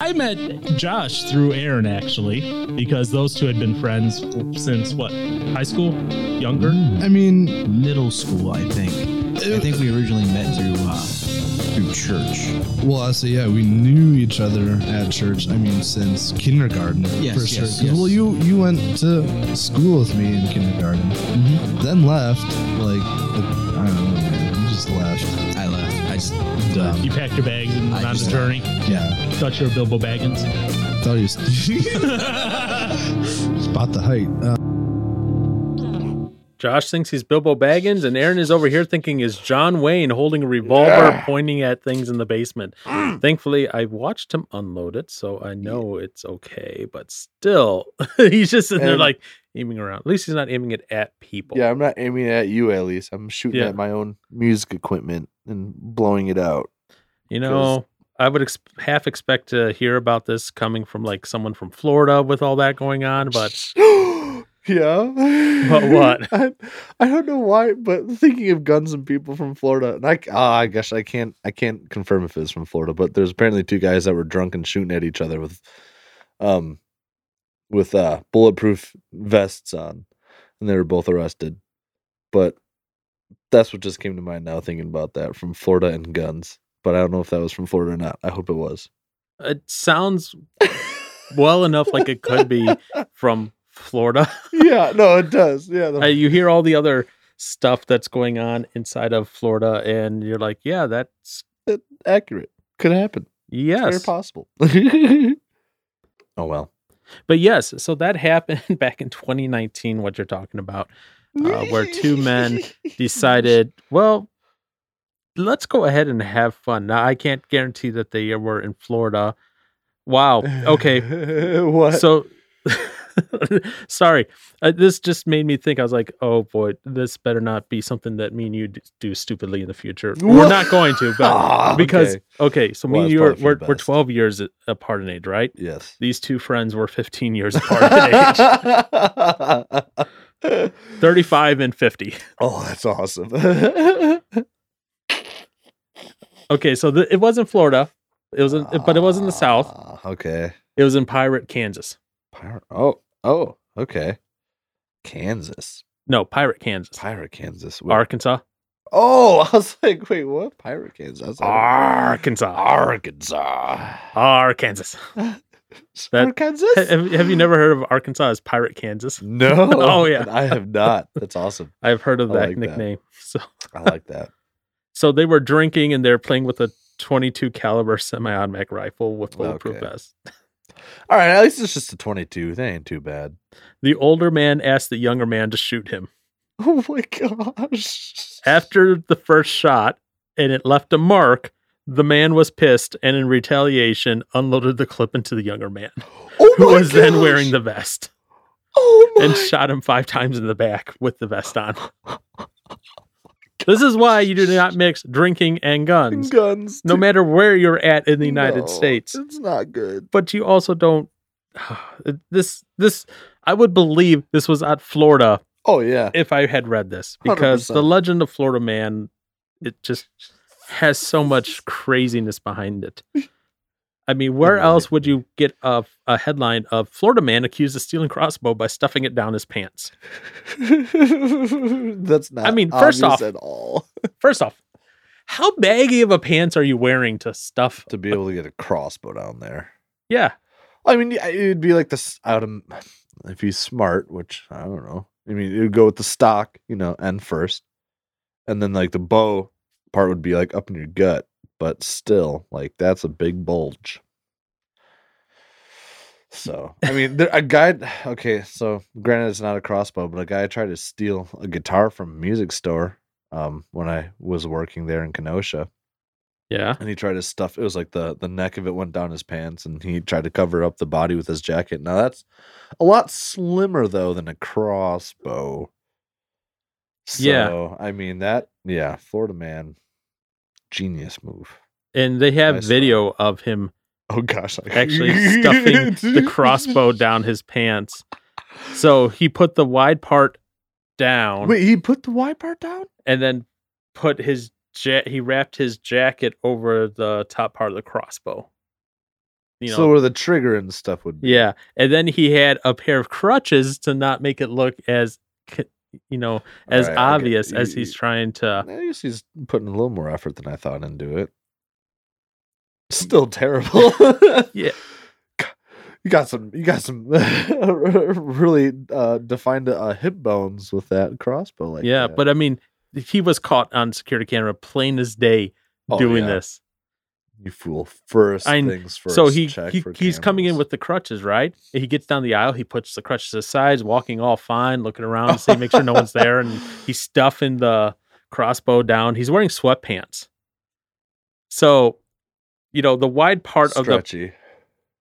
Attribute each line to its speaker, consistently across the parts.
Speaker 1: I met Josh through Aaron actually because those two had been friends since what high school, younger.
Speaker 2: Mm.
Speaker 3: I mean,
Speaker 2: Middle school, I think. I think we originally met through uh, through church.
Speaker 3: well, I say, yeah, we knew each other at church. I mean, since kindergarten.
Speaker 2: Yes,
Speaker 3: for
Speaker 2: yes,
Speaker 3: sure. 'Cause,
Speaker 2: yes.
Speaker 3: Well, you you went to school with me in kindergarten,
Speaker 2: Mm-hmm.
Speaker 3: then left. Like, I don't know, man, you just left.
Speaker 2: I left. I just
Speaker 3: Dumb.
Speaker 1: You packed your bags and
Speaker 2: I
Speaker 1: went on the
Speaker 2: just-
Speaker 1: journey.
Speaker 3: Yeah,
Speaker 1: Thought you were Bilbo Baggins.
Speaker 3: thought you spot the height. Uh,
Speaker 4: Josh thinks he's Bilbo Baggins, and Aaron is over here thinking is John Wayne holding a revolver pointing at things in the basement. Thankfully, I watched him unload it, so I know it's okay. But still, he's just sitting there
Speaker 5: And-
Speaker 4: like aiming around. At least he's not aiming it at people.
Speaker 5: Yeah, I'm not aiming at you, at least. I'm shooting
Speaker 4: Yeah.
Speaker 5: at my own music equipment and blowing it out.
Speaker 4: You know, I would ex- half expect to hear about this coming from like someone from Florida with all that going on, but
Speaker 5: yeah.
Speaker 4: But what?
Speaker 5: I, I don't know why, but thinking of guns and people from Florida, and I, c- ah, I guess I can't, I can't confirm if it's from Florida, but there's apparently two guys that were drunk and shooting at each other with, um, with uh bulletproof vests on, and they were both arrested. But that's what just came to mind now thinking about that from Florida and guns. But I don't know if that was from Florida or not. I hope it was.
Speaker 4: it sounds well enough like it could be from Florida.
Speaker 5: yeah, no, it does. Yeah, the-
Speaker 4: Uh, you hear all the other stuff that's going on inside of Florida, and you're like, yeah, that's
Speaker 5: accurate. Could happen.
Speaker 4: yes,
Speaker 5: possible. oh well.
Speaker 4: but yes. So that happened back in 2019. What you're talking about, uh, where two men decided, well, let's go ahead and have fun. Now I can't guarantee that they were in Florida. Wow. Okay.
Speaker 5: what?
Speaker 4: So, sorry, uh, this just made me think. I was like, "Oh boy, this better not be something that me and you d- do stupidly in the future." We're not going to, but
Speaker 5: Ah,
Speaker 4: because
Speaker 5: okay.
Speaker 4: okay, so
Speaker 5: Well,
Speaker 4: me and
Speaker 5: that's
Speaker 4: you are
Speaker 5: probably for
Speaker 4: we're,
Speaker 5: the
Speaker 4: we're
Speaker 5: best.
Speaker 4: twelve years a- apart in age, right?
Speaker 5: yes.
Speaker 4: These two friends were fifteen years apart in age, thirty-five and fifty.
Speaker 5: oh, that's awesome. yeah,
Speaker 4: Okay, so th- it wasn't Florida. It was, in, but it was in the South.
Speaker 5: Ah. Okay.
Speaker 4: It was in Pirate, Kansas.
Speaker 5: Pirate. Oh, oh, okay. Kansas,
Speaker 4: No, Pirate, Kansas,
Speaker 5: Pirate, Kansas. Wait.
Speaker 4: Arkansas,
Speaker 5: oh, I was like, wait, what? Pirate, Kansas. I was like,
Speaker 4: Arkansas,
Speaker 5: Arkansas.
Speaker 4: Arkansas.
Speaker 5: Arkansas.
Speaker 4: Have, have you never heard of Arkansas as Pirate, Kansas?
Speaker 5: No.
Speaker 4: Oh, yeah.
Speaker 5: I have not. That's awesome.
Speaker 4: I've heard of
Speaker 5: I
Speaker 4: that
Speaker 5: like that.
Speaker 4: nickname. So,
Speaker 5: I like that.
Speaker 4: so they were drinking and they're playing with a 22 caliber semi-automatic rifle with bulletproof
Speaker 5: Okay.
Speaker 4: vest.
Speaker 5: All right, at least it's just a 22. That ain't too bad.
Speaker 4: The older man asked the younger man to shoot him.
Speaker 5: Oh my gosh.
Speaker 4: After the first shot and it left a mark, the man was pissed and in retaliation unloaded the clip into the younger man,
Speaker 5: oh
Speaker 4: who
Speaker 5: my
Speaker 4: was then
Speaker 5: gosh.
Speaker 4: wearing the vest
Speaker 5: Oh my.
Speaker 4: and shot him 5 times in the back with the vest on. This is why you do not mix drinking and guns.
Speaker 5: guns.
Speaker 4: no
Speaker 5: dude.
Speaker 4: matter where you're at in the United
Speaker 5: No,
Speaker 4: States.
Speaker 5: It's not good.
Speaker 4: But you also don't. This this I would believe this was at Florida
Speaker 5: Oh yeah.
Speaker 4: if I had read this because
Speaker 5: 100%.
Speaker 4: the legend of Florida Man it just has so much craziness behind it. I mean, where
Speaker 5: Right.
Speaker 4: else would you get a, a headline of Florida man accused of stealing crossbow by stuffing it down his pants?
Speaker 5: That's not.
Speaker 4: mean,
Speaker 5: obvious
Speaker 4: first off-
Speaker 5: at all
Speaker 4: First off, how baggy of a pants are you wearing to stuff?
Speaker 5: to be able to get a crossbow down there.
Speaker 4: Yeah,
Speaker 5: I mean, yeah, it'd be like this out of if he's smart, which I don't know. I mean, it would go with the stock, you know, end first, and then like the bow part would be like up in your gut, but still, like that's a big bulge. So I mean, there, a guy. Okay, so granted, it's not a crossbow, but a guy tried to steal a guitar from a music store um, when I was working there in Kenosha
Speaker 4: yeah.
Speaker 5: and he tried to stuff it was like the the neck of it went down his pants and he tried to cover up the body with his jacket now that's a lot slimmer though than a crossbow so,
Speaker 4: Yeah.
Speaker 5: i mean that yeah florida man genius move
Speaker 4: And they
Speaker 5: I
Speaker 4: have
Speaker 5: saw.
Speaker 4: video of him
Speaker 5: oh gosh I-
Speaker 4: actually stuffing the crossbow down his pants. So he put the wide part down
Speaker 5: wait he put the y part down
Speaker 4: and then put his ja- he wrapped his jacket over the top part of the crossbow. you know
Speaker 5: so where the trigger and stuff would be.
Speaker 4: yeah and then he had a pair of crutches to not make it look as c- you know as
Speaker 5: Alright, I get-
Speaker 4: obvious as
Speaker 5: you-
Speaker 4: he's trying to
Speaker 5: I guess he's putting a little more effort than I thought into it. Still terrible.
Speaker 4: Mm. Yeah.
Speaker 5: You got some. You got some really uh, defined uh, hip bones with that crossbow. Like
Speaker 4: yeah
Speaker 5: that.
Speaker 4: but i mean he was caught on security camera plain as day
Speaker 5: Oh,
Speaker 4: doing
Speaker 5: yeah.
Speaker 4: this
Speaker 5: you fool. First
Speaker 4: I-
Speaker 5: things first.
Speaker 4: so he,
Speaker 5: check
Speaker 4: he
Speaker 5: for
Speaker 4: he's coming in
Speaker 5: cameras.
Speaker 4: with the crutches right he gets down the aisle he puts the crutches aside walking all fine looking around to see make sure no one's there and he's stuffing the crossbow down he's wearing sweatpants so you know the wide part of the
Speaker 5: stretchy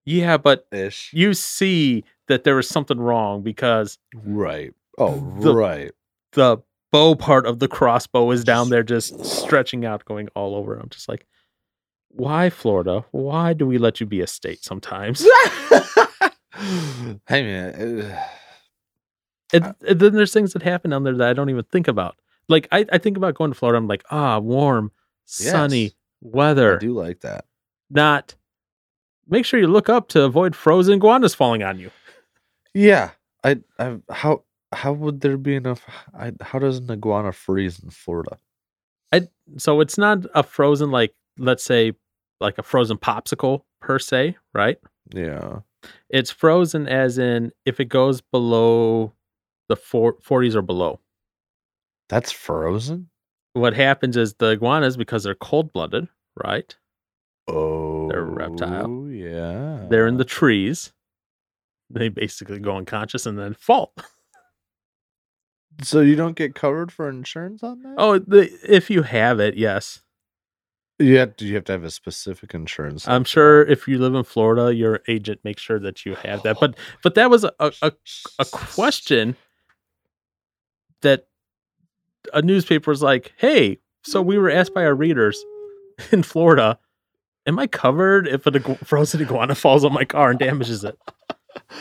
Speaker 4: yeah but
Speaker 5: ish.
Speaker 4: you see that there was something wrong because
Speaker 5: Right. Oh,
Speaker 4: The-
Speaker 5: right.
Speaker 4: the bow part of the crossbow is down there just stretching out going all over i'm just like why florida why do we let you be a state sometimes
Speaker 5: hey man. uh,
Speaker 4: and, and then there's things that happen down there that i don't even think about like i, I think about going to florida i'm like ah warm sunny
Speaker 5: Yes. I
Speaker 4: weather
Speaker 5: do like that.
Speaker 4: not make sure you look up to avoid frozen iguanas falling on you
Speaker 5: Yeah. I. I. How. How would there be enough? I, how does an iguana freeze in Florida?
Speaker 4: so it's not a frozen like let's say like a frozen popsicle per se right
Speaker 5: Yeah.
Speaker 4: it's frozen as in if it goes below the four, 40s or below
Speaker 5: That's frozen.
Speaker 4: what happens is the iguanas because they're cold-blooded right
Speaker 5: Oh.
Speaker 4: a reptile.
Speaker 5: Yeah.
Speaker 4: they're in the trees they basically go unconscious and then fall
Speaker 5: So you don't get covered for insurance on that?
Speaker 4: oh the, if you have it yes
Speaker 5: You have to. You have to have a specific insurance.
Speaker 4: i'm sure if you live in florida your agent makes sure that you have that but but that was a, a, a question that a newspaper was like, "Hey, so we were asked by our readers in Florida, am I covered if a igu- frozen iguana falls on my car and damages it?"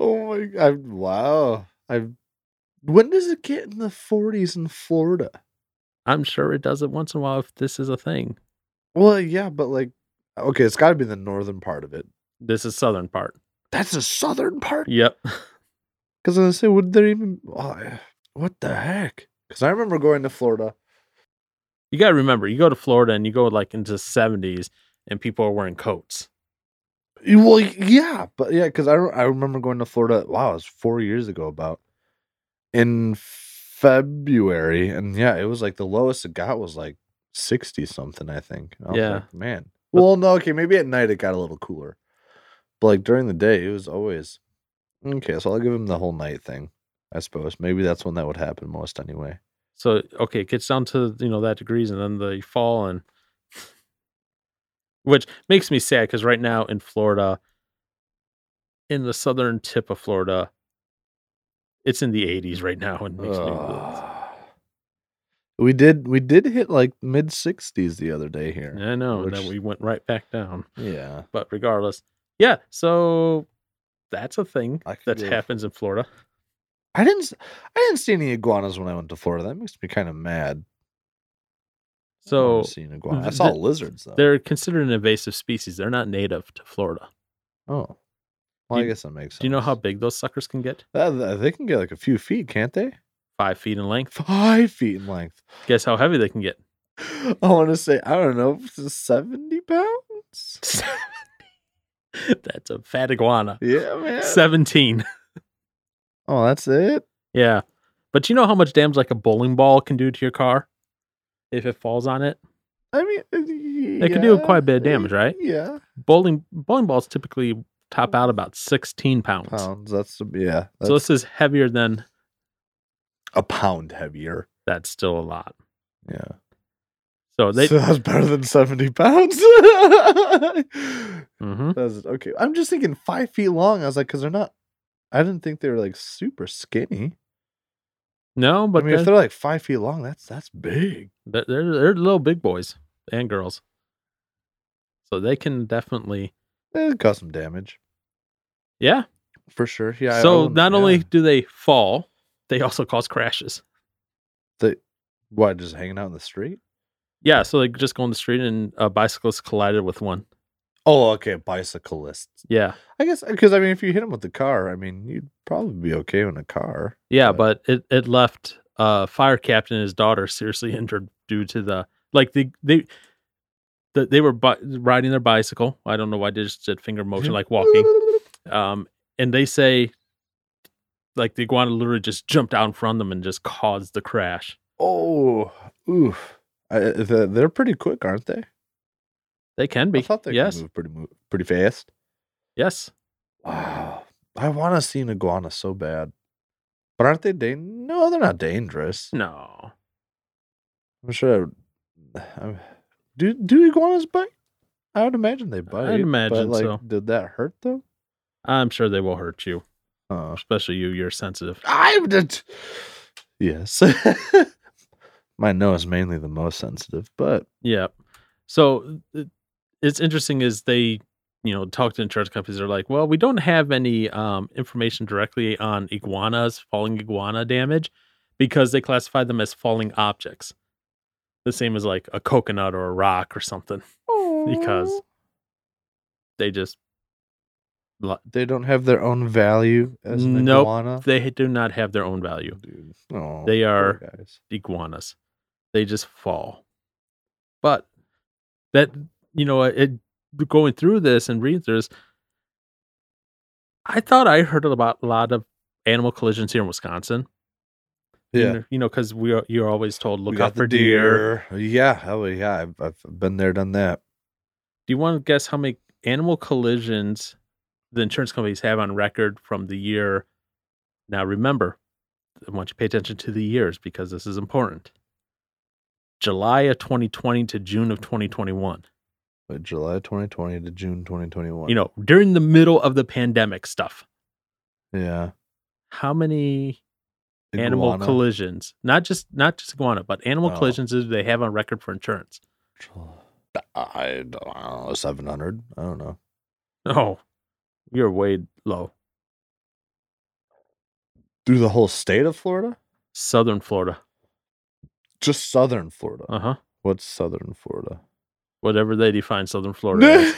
Speaker 5: oh my god! I've- Wow. I. When does it get in the forties in Florida?
Speaker 4: I'm sure it does it once in a while if this is a thing.
Speaker 5: Well, yeah, but like, okay, it's got to be the northern part of it.
Speaker 4: This is southern part.
Speaker 5: That's the southern part.
Speaker 4: Yep.
Speaker 5: Because I was say, would there even? oh, yeah. what the heck? Because I remember going to Florida.
Speaker 4: You got to remember, you go to Florida and you go like into 70s and people are wearing coats.
Speaker 5: You- Well, yeah, but yeah, because I re- I remember going to Florida. Wow, it was four years ago about in February, and yeah, it was like the lowest it got was like sixty something, I think. And I was
Speaker 4: Yeah.
Speaker 5: like, man.
Speaker 4: But-
Speaker 5: well, no, okay, maybe at night it got a little cooler, but like during the day, it was always okay. So I'll give him the whole night thing, I suppose. Maybe that's when that would happen most anyway.
Speaker 4: So, okay, it gets down to, you know, that degrees and then they fall and which makes me sad cuz right now in Florida in the southern tip of Florida it's in the 80s right now and makes me really-
Speaker 5: Ugh. we did we did hit like mid sixties the other day here.
Speaker 4: I know that
Speaker 5: Which-
Speaker 4: we went right back down.
Speaker 5: yeah.
Speaker 4: But regardless, yeah, so that's a thing
Speaker 5: I could Oh,
Speaker 4: that
Speaker 5: give-
Speaker 4: happens in Florida.
Speaker 5: I didn't s- I didn't see any iguanas when I went to Florida. That makes me kind of mad. I
Speaker 4: So
Speaker 5: never seen iguana. I
Speaker 4: th-
Speaker 5: saw
Speaker 4: th-
Speaker 5: lizards though.
Speaker 4: they're considered an invasive species. They're not native to Florida.
Speaker 5: oh, well,
Speaker 4: Do
Speaker 5: I
Speaker 4: you-
Speaker 5: guess that makes sense.
Speaker 4: Do you know how big those suckers can get?
Speaker 5: That- that- they can get like a few feet, can't they?
Speaker 4: 5 feet in length.
Speaker 5: Five feet in length.
Speaker 4: Guess how heavy they can get?
Speaker 5: I want to say I don't know, seventy pounds.
Speaker 4: That's a fat iguana.
Speaker 5: Yeah, man.
Speaker 4: 17.
Speaker 5: Oh, that's it.
Speaker 4: Yeah. But you know how much damage like a bowling ball can do to your car? If it falls on it?
Speaker 5: I mean,
Speaker 4: They
Speaker 5: it
Speaker 4: could do quite a bit of damage, right?
Speaker 5: Yeah,
Speaker 4: Bowling bowling balls typically top out about 16 pounds.
Speaker 5: pounds. That's yeah. Oh, That's
Speaker 4: so this is heavier than
Speaker 5: a pound heavier.
Speaker 4: that's still a lot.
Speaker 5: Yeah.
Speaker 4: So they
Speaker 5: so that's better than 70 pounds.
Speaker 4: Mhm.
Speaker 5: That's okay. I'm just thinking five feet long. I was like, because they're not, I didn't think they were like super skinny.
Speaker 4: No,
Speaker 5: But I
Speaker 4: but
Speaker 5: mean, if
Speaker 4: they're,
Speaker 5: they're like five feet long, that's that's big.
Speaker 4: they're they're little big boys and girls. So they can definitely
Speaker 5: Eh, It caused some damage
Speaker 4: Yeah.
Speaker 5: for sure. Yeah. I- I
Speaker 4: so
Speaker 5: wouldn't-
Speaker 4: not
Speaker 5: yeah.
Speaker 4: only do they fall, they also cause crashes.
Speaker 5: why just hanging out in the street.
Speaker 4: Yeah, so they just go on the street and a bicyclist collided with one.
Speaker 5: Oh, okay, bicyclists.
Speaker 4: Yeah.
Speaker 5: I guess because I mean, if you hit him with the car, I mean, you'd probably be okay in a car.
Speaker 4: Yeah,
Speaker 5: But-
Speaker 4: but it, it left uh fire captain and his daughter seriously injured due to the like the they the, they were bi- riding their bicycle. I don't know why they just did finger motion like walking. Um and they say like the iguana literally just jumped out from them and just caused the crash.
Speaker 5: Oh, oof. I, the, they're pretty quick, aren't they?
Speaker 4: They can be.
Speaker 5: I thought they
Speaker 4: yes.
Speaker 5: could move pretty mo- pretty fast.
Speaker 4: Yes.
Speaker 5: Wow, I want to see an iguana so bad, but aren't they dan- No, they're not dangerous.
Speaker 4: Hmm. No.
Speaker 5: I'm sure. I, I'm, do do iguanas bite? I would imagine they bite. but,
Speaker 4: imagine
Speaker 5: like,
Speaker 4: so.
Speaker 5: Did that hurt them?
Speaker 4: I'm sure they will hurt you,
Speaker 5: Uh,
Speaker 4: especially you you're sensitive.
Speaker 5: I'm just yes. My nose mainly the most sensitive, but
Speaker 4: Yeah. So th- it's interesting is they, you know, talk to insurance companies. They're like, well, we don't have any um, information directly on iguanas, falling iguana damage, because they classify them as falling objects. The same as like a coconut or a rock or something. Because they just, lo-
Speaker 5: they don't have their own value as an
Speaker 4: Nope.
Speaker 5: iguana.
Speaker 4: they do not have their own value.
Speaker 5: Dude, oh,
Speaker 4: They
Speaker 5: poor
Speaker 4: are-
Speaker 5: guys.
Speaker 4: iguanas. They just fall. But that you know, it going through this and reading through this, I thought I heard about a lot of animal collisions here in Wisconsin. You
Speaker 5: Yeah.
Speaker 4: know- you know, because we are, you're always told
Speaker 5: We
Speaker 4: look
Speaker 5: got
Speaker 4: out
Speaker 5: the
Speaker 4: for deer.
Speaker 5: Yeah, oh yeah, I've, I've been there, done that.
Speaker 4: Do you want to guess how many animal collisions the insurance companies have on record from the year? Now, remember, I want you to pay attention to the years because this is important. July of 2020 to June of 2021.
Speaker 5: But July 2020 to June 2021.
Speaker 4: You know, during the middle of the pandemic stuff,
Speaker 5: yeah,
Speaker 4: how many animal
Speaker 5: Iguana.
Speaker 4: collisions, not just not just iguana, but animal
Speaker 5: Oh.
Speaker 4: collisions do they have on record for insurance?
Speaker 5: I don't know, 700. I don't know.
Speaker 4: Oh, you're way low.
Speaker 5: Through the whole state of Florida?
Speaker 4: Southern Florida.
Speaker 5: Just southern Florida.
Speaker 4: Uh huh.
Speaker 5: What's southern Florida?
Speaker 4: Whatever they define Southern Florida as.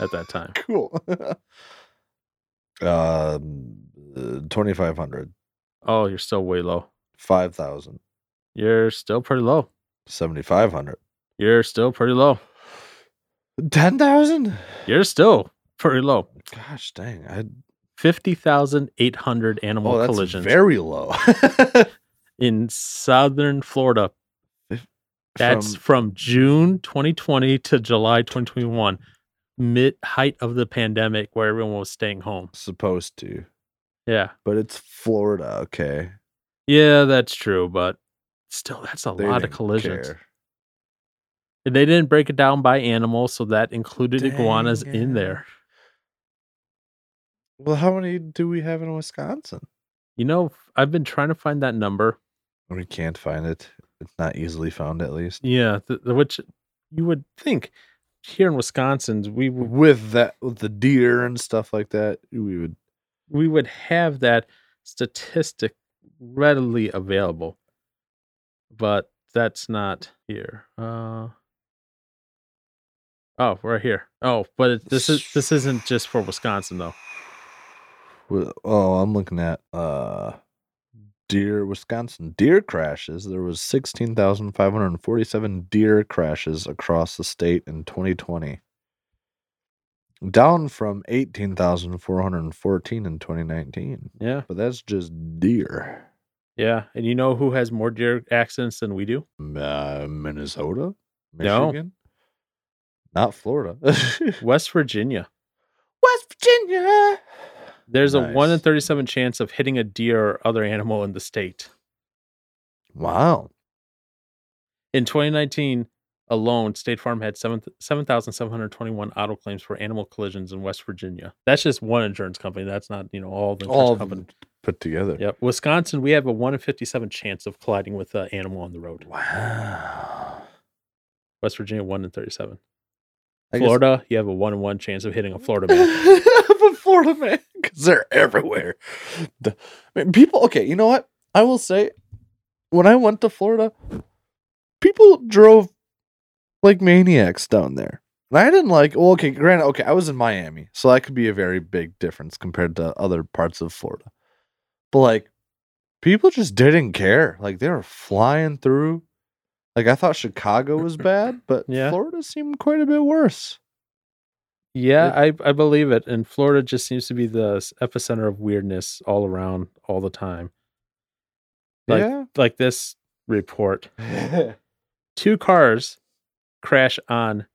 Speaker 4: at that time.
Speaker 5: cool. um, uh, 2,500,
Speaker 4: Oh, you're still way low.
Speaker 5: 5,000,
Speaker 4: You're still pretty low.
Speaker 5: 7,500,
Speaker 4: You're still pretty low.
Speaker 5: 10,000.
Speaker 4: You're still pretty low.
Speaker 5: Gosh dang. I,
Speaker 4: Fifty thousand eight hundred animal
Speaker 5: oh, that's
Speaker 4: collisions
Speaker 5: very low.
Speaker 4: in southern Florida. That's
Speaker 5: From-
Speaker 4: from, June 2020 to July 2021, mid height of the pandemic where everyone was staying home.
Speaker 5: supposed to,
Speaker 4: Yeah,
Speaker 5: but it's Florida. Okay.
Speaker 4: yeah, that's true, but still, that's a
Speaker 5: They
Speaker 4: lot of
Speaker 5: didn't
Speaker 4: collisions.
Speaker 5: care.
Speaker 4: And they didn't break it down by animal, so that included iguanas
Speaker 5: Dang
Speaker 4: in
Speaker 5: it.
Speaker 4: there.
Speaker 5: Well, how many do we have in Wisconsin?
Speaker 4: You know, I've been trying to find that number.
Speaker 5: We can't find it. It's not easily found, at least.
Speaker 4: Yeah, th- th- which you would think here in Wisconsin we w-
Speaker 5: With that, with the deer and stuff like that, we would.
Speaker 4: we would have that statistic readily available, but that's not here. Uh, oh, right here. Oh, but it, this is this isn't just for Wisconsin though.
Speaker 5: Well, Oh, I'm looking at uh deer Wisconsin deer crashes. There was 16,547 deer crashes across the state in 2020. Down from 18,414 in 2019.
Speaker 4: Yeah,
Speaker 5: But that's just deer.
Speaker 4: yeah. And you know who has more deer accidents than we do?
Speaker 5: Uh, Minnesota?
Speaker 4: No.
Speaker 5: Michigan? Not Florida.
Speaker 4: West Virginia.
Speaker 5: West Virginia.
Speaker 4: There's a one in
Speaker 5: Nice.
Speaker 4: thirty-seven chance of hitting a deer or other animal in the state.
Speaker 5: Wow.
Speaker 4: In 2019 alone, State Farm had seven- 7,721 auto claims for animal collisions in West Virginia. That's just one insurance company. That's not, you know, all the insurance
Speaker 5: All of
Speaker 4: companies.
Speaker 5: them put together.
Speaker 4: Yep. Wisconsin, we have a 1 in 57 chance of colliding with an animal on the road.
Speaker 5: Wow.
Speaker 4: West Virginia, 1 in 37.
Speaker 5: I guess-
Speaker 4: Florida, you have a 1 in 1 chance of hitting a Florida man.
Speaker 5: I'm a Florida man because they're everywhere. The- I mean, people, okay, you know what? I will say, when I went to Florida, people drove like maniacs down there. And I didn't like. Well, okay, granted, okay, I was in Miami, so that could be a very big difference compared to other parts of Florida. But like, people just didn't care. Like they were flying through. Like I thought Chicago was bad, but
Speaker 4: Yeah.
Speaker 5: Florida seemed quite a bit worse.
Speaker 4: Yeah, I, I believe it. And Florida just seems to be the s- epicenter of weirdness all around all the time. Like, like this report
Speaker 5: yeah.
Speaker 4: two cars crash on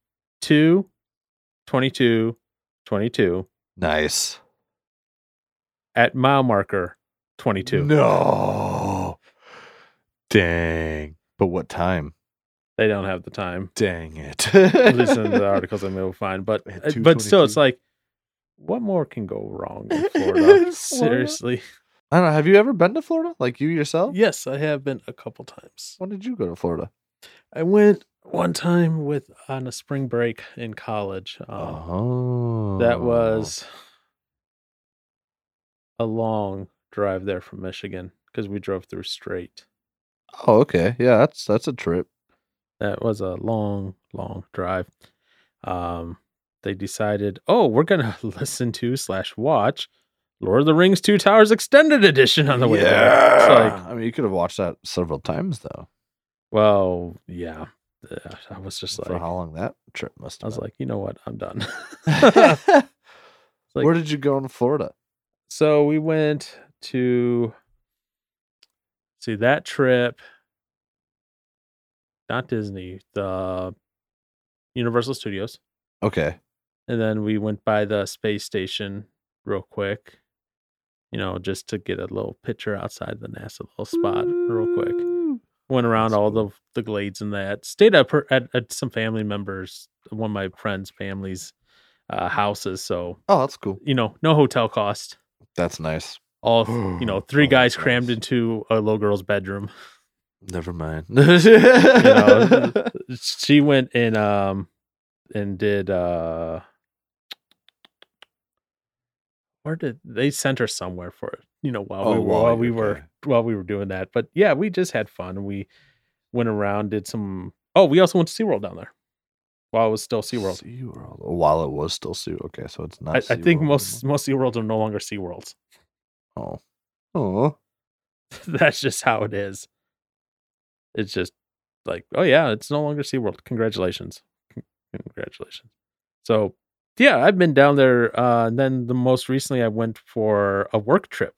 Speaker 4: 2 22 22
Speaker 5: nice.
Speaker 4: at mile marker 22.
Speaker 5: No. Dang. But what time?
Speaker 4: They don't have the time.
Speaker 5: Dang it.
Speaker 4: At least in the articles I'm able to find. But,
Speaker 5: At
Speaker 4: uh, but still,
Speaker 5: 2:22.
Speaker 4: it's like, what more can go wrong in Florida?
Speaker 5: Florida?
Speaker 4: Seriously.
Speaker 5: I don't know. Have you ever been to Florida? Like you yourself?
Speaker 4: Yes, I have been a couple times.
Speaker 5: When did you go to Florida?
Speaker 4: I went one time with on a spring break in college. Um,
Speaker 5: oh.
Speaker 4: That was a long drive there from Michigan because we drove through straight.
Speaker 5: Oh, okay. Yeah, that's that's a trip.
Speaker 4: That was a long, long drive. Um, they decided, oh, we're gonna listen to slash watch Lord of the Rings Two Towers Extended Edition on the way there. It's like,
Speaker 5: I mean, you could have watched that several times though.
Speaker 4: well, yeah. Yeah, I was just
Speaker 5: for
Speaker 4: like,
Speaker 5: how long that trip must
Speaker 4: I
Speaker 5: have
Speaker 4: was like, you know what, I'm done.
Speaker 5: been.
Speaker 4: like-
Speaker 5: Where did you go in Florida?
Speaker 4: so we went to see that trip not disney the universal studios
Speaker 5: Okay.
Speaker 4: and then we went by the space station real quick you know just to get a little picture outside the nasa little spot real quick went around
Speaker 5: That's
Speaker 4: all
Speaker 5: cool.
Speaker 4: the the glades and that stayed up her- at, at some family members one of my friends family's uh, houses so
Speaker 5: Oh, that's cool.
Speaker 4: you know no hotel cost
Speaker 5: That's nice.
Speaker 4: all you know, three
Speaker 5: Oh,
Speaker 4: guys
Speaker 5: that's
Speaker 4: crammed
Speaker 5: nice.
Speaker 4: into a little girl's bedroom.
Speaker 5: Never mind.
Speaker 4: know, She went and um and did uh where did they sent her somewhere for it? You know, while we
Speaker 5: Oh,
Speaker 4: were
Speaker 5: while
Speaker 4: while we
Speaker 5: you-
Speaker 4: were
Speaker 5: okay.
Speaker 4: while we were doing that. But yeah, we just had fun and we went around, did some oh, we also went to SeaWorld down there while it was still SeaWorld.
Speaker 5: SeaWorld. Oh, While it was still Sea. Okay, so it's not.
Speaker 4: I, I think
Speaker 5: SeaWorld
Speaker 4: most most SeaWorlds are no longer SeaWorlds.
Speaker 5: anymore. Oh. Oh.
Speaker 4: That's just how it is. It's just like, oh yeah, it's no longer SeaWorld. Congratulations. Con- Congratulations. So yeah, I've been down there. Uh and then the most recently I went for a work trip.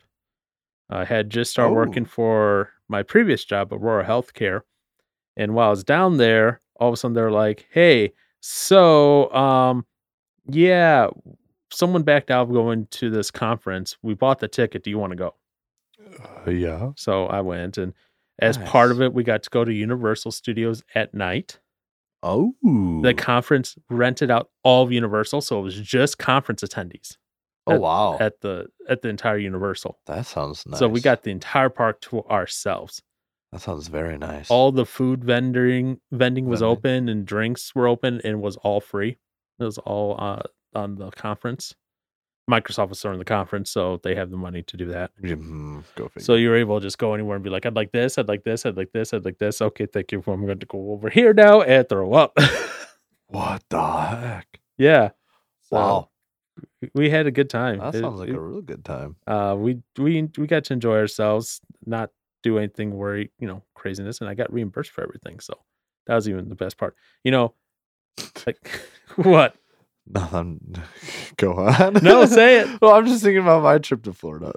Speaker 4: I had just started
Speaker 5: Oh.
Speaker 4: working for my previous job, Aurora Healthcare. And while I was down there, all of a sudden they're like, hey, so um yeah, someone backed out of going to this conference. We bought the ticket. Do you want to go?
Speaker 5: Uh, yeah.
Speaker 4: So I went, and as part
Speaker 5: Nice.
Speaker 4: of it, we got to go to Universal Studios at night.
Speaker 5: Oh.
Speaker 4: The conference rented out all of Universal, so it was just conference attendees
Speaker 5: oh wow.
Speaker 4: at the at the entire Universal.
Speaker 5: that sounds nice.
Speaker 4: So we got the entire park to ourselves.
Speaker 5: That sounds very nice.
Speaker 4: All the food vending vending was
Speaker 5: Vending.
Speaker 4: open, and drinks were open, and was all free. It was all uh, on the conference. Microsoft was throwing the conference, so they have the money to do that.
Speaker 5: Mm, go figure.
Speaker 4: So you're able to just go anywhere and be like, I'd like this, I'd like this, I'd like this, I'd like this. Okay, thank you. I'm going to go over here now and throw up.
Speaker 5: what the heck?
Speaker 4: yeah. So
Speaker 5: Wow.
Speaker 4: we had a good time.
Speaker 5: That
Speaker 4: It-
Speaker 5: sounds like
Speaker 4: it-
Speaker 5: a real good time.
Speaker 4: uh, we we we got to enjoy ourselves, not do anything worry, you know, craziness, and I got reimbursed for everything. So that was even the best part. You know, like what?
Speaker 5: Nothing. Go on.
Speaker 4: No, say it.
Speaker 5: well, I'm just thinking about my trip to Florida.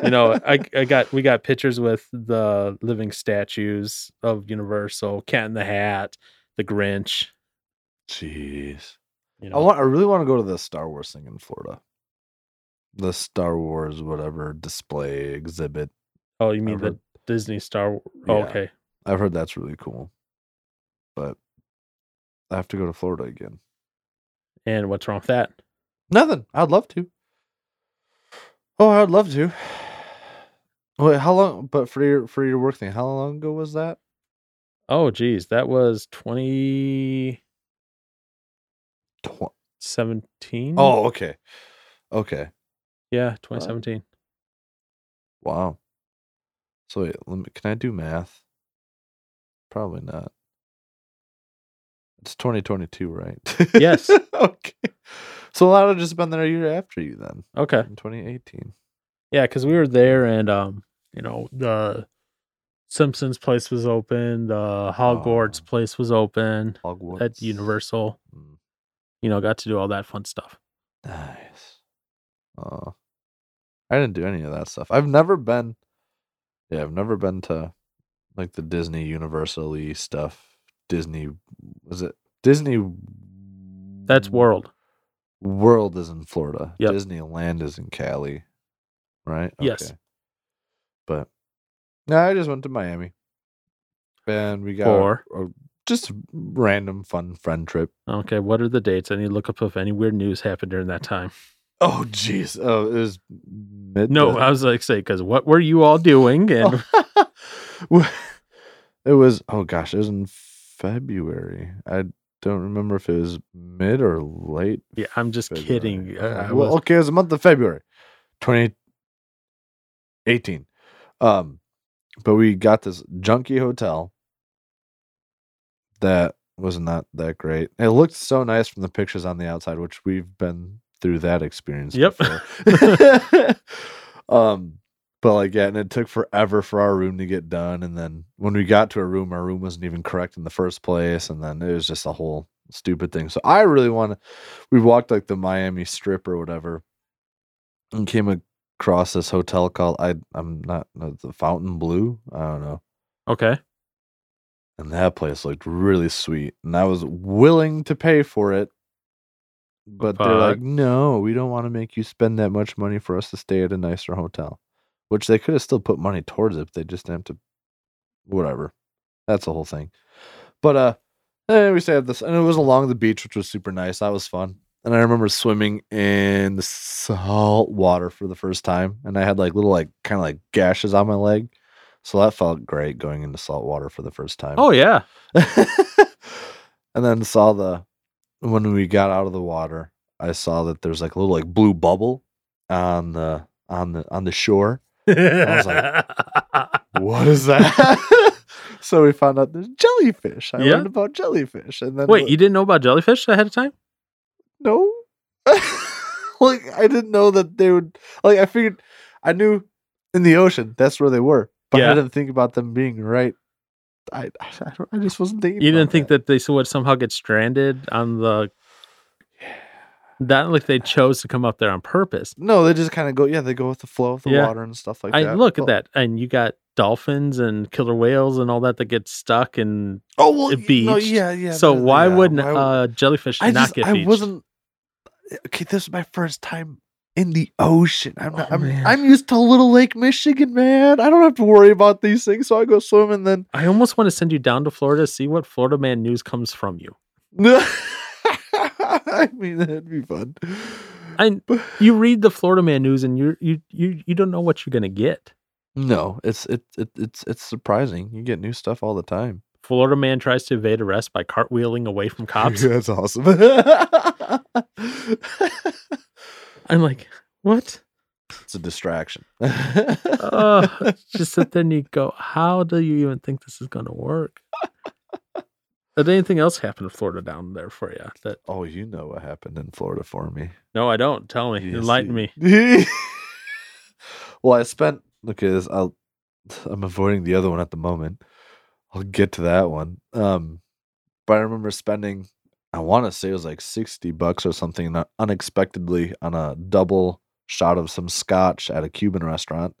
Speaker 4: You know, I I got we got pictures with the living statues of Universal, Cat in the Hat, the Grinch.
Speaker 5: Jeez.
Speaker 4: You
Speaker 5: I
Speaker 4: know,
Speaker 5: want. I really want to go to the Star Wars thing in Florida. The Star Wars whatever display exhibit.
Speaker 4: Oh, you mean
Speaker 5: I've
Speaker 4: the
Speaker 5: heard-
Speaker 4: Disney Star? Wa- Oh,
Speaker 5: Yeah.
Speaker 4: okay.
Speaker 5: I've heard that's really cool, but I have to go to Florida again.
Speaker 4: And what's wrong with that?
Speaker 5: Nothing. I'd love to. Oh, I'd love to. Wait, how long? But for your for your work thing, how long ago was that?
Speaker 4: Oh, geez, that was 2017.
Speaker 5: Tw-
Speaker 4: Mm.
Speaker 5: oh, uh, okay, okay.
Speaker 4: yeah, 2017.
Speaker 5: Wow. So wait, let me, can I do math? Probably not. It's 2022, right?
Speaker 4: Yes.
Speaker 5: okay. So Loud have just been there a year after you then,
Speaker 4: Okay.
Speaker 5: in 2018.
Speaker 4: Yeah, because we were there, and um, you know, the Simpsons place was open, the Hogwarts
Speaker 5: Oh.
Speaker 4: place was open
Speaker 5: Hogwarts.
Speaker 4: at Universal.
Speaker 5: Mm,
Speaker 4: You know, got to do all that fun stuff.
Speaker 5: Nice. Oh, I didn't do any of that stuff. I've never been. Yeah, I've never been to like the Disney Universally stuff. Disney was it Disney? Mm.
Speaker 4: That's World.
Speaker 5: World is in Florida.
Speaker 4: Yep.
Speaker 5: Disneyland is in Cali, right?
Speaker 4: Yes.
Speaker 5: But no, I just went to Miami, and we got
Speaker 4: Or-
Speaker 5: a- a- just a random fun friend trip.
Speaker 4: Okay, what are the dates? I need to look up if any weird news happened during that time.
Speaker 5: Oh, jeez. Oh, it was mid.
Speaker 4: No, I was like, say, because what were you all doing? And
Speaker 5: Oh. it was. Oh gosh, it was in February. I don't remember if it was mid or late.
Speaker 4: yeah, I'm just
Speaker 5: February.
Speaker 4: kidding. I, I
Speaker 5: well,
Speaker 4: was-
Speaker 5: okay, it was the month of February, 2018. Um, but we got this junky hotel that was not that great. It looked so nice from the pictures on the outside, which we've been through that experience.
Speaker 4: Yep.
Speaker 5: before. um, but like, yeah, and it took forever for our room to get done. And then when we got to our room, our room wasn't even correct in the first place. And then it was just a whole stupid thing. So I really want to. We walked like the Miami Strip or whatever, and came across this hotel called I. I'm not no, the Fountain Blue. I don't know.
Speaker 4: okay.
Speaker 5: And that place looked really sweet, and I was willing to pay for it. But they're
Speaker 4: But-
Speaker 5: like, no, we don't want to make you spend that much money for us to stay at a nicer hotel, which they could have still put money towards it, but they just didn't have to. Whatever, that's the whole thing. But uh, eh, we stayed at this, and it was along the beach, which was super nice. That was fun, and I remember swimming in the salt water for the first time, and I had like little like kind of like gashes on my leg, so that felt great going into salt water for the first time
Speaker 4: Oh yeah.
Speaker 5: and then saw the when we got out of the water, I saw that there's like a little like blue bubble on the on the on the shore. was What is that? so we found out there's jellyfish. I
Speaker 4: Yeah.
Speaker 5: learned about jellyfish, and then
Speaker 4: Wait, you didn't know about jellyfish ahead of time?
Speaker 5: no, like I didn't know that they would. Like I figured, I knew in the ocean that's where they were, but
Speaker 4: Yeah.
Speaker 5: I didn't think about them being right. I I, don't- I just wasn't thinking.
Speaker 4: You
Speaker 5: about
Speaker 4: didn't think that they would somehow get stranded on the? Not like they chose to come up there on purpose.
Speaker 5: No, they just kind of go. Yeah, they go with the flow of the
Speaker 4: Yeah.
Speaker 5: water and stuff like
Speaker 4: I
Speaker 5: that. Oh.
Speaker 4: look
Speaker 5: Well-
Speaker 4: at that, and you got dolphins and killer whales and all that that get stuck. And
Speaker 5: Oh well,
Speaker 4: It
Speaker 5: y- No,
Speaker 4: beached.
Speaker 5: yeah, yeah.
Speaker 4: so
Speaker 5: the-
Speaker 4: why
Speaker 5: yeah,
Speaker 4: wouldn't
Speaker 5: why would-
Speaker 4: uh, jellyfish
Speaker 5: I
Speaker 4: not
Speaker 5: just
Speaker 4: get
Speaker 5: I
Speaker 4: beached?
Speaker 5: wasn't. Okay, this is my first time in the ocean. I'm not,
Speaker 4: Oh,
Speaker 5: I'm,
Speaker 4: man.
Speaker 5: I'm used to Little Lake Michigan, man. I don't have to worry about these things. So I go swim and then.
Speaker 4: I almost want to send you down to Florida to see what Florida man news comes from you.
Speaker 5: I mean, that'd be fun.
Speaker 4: I you read the Florida man news and you you you you don't know what you're gonna get.
Speaker 5: no, it's it, it it's it's surprising. You get new stuff all the time.
Speaker 4: Florida man tries to evade arrest by cartwheeling away from cops.
Speaker 5: That's awesome.
Speaker 4: I'm like, what?
Speaker 5: It's a distraction.
Speaker 4: Uh, it's just that then you go, how do you even think this is gonna work? Did anything else happen in Florida down there for you? That
Speaker 5: oh, you know what happened in Florida for me.
Speaker 4: no, I don't. Tell me,
Speaker 5: Yes,
Speaker 4: enlighten
Speaker 5: you-
Speaker 4: me.
Speaker 5: well, I spent. Okay, this, I'll, I'm avoiding the other one at the moment. I'll get to that one. Um, but I remember spending. I want to say it was like sixty bucks or something, not unexpectedly on a double shot of some scotch at a Cuban restaurant.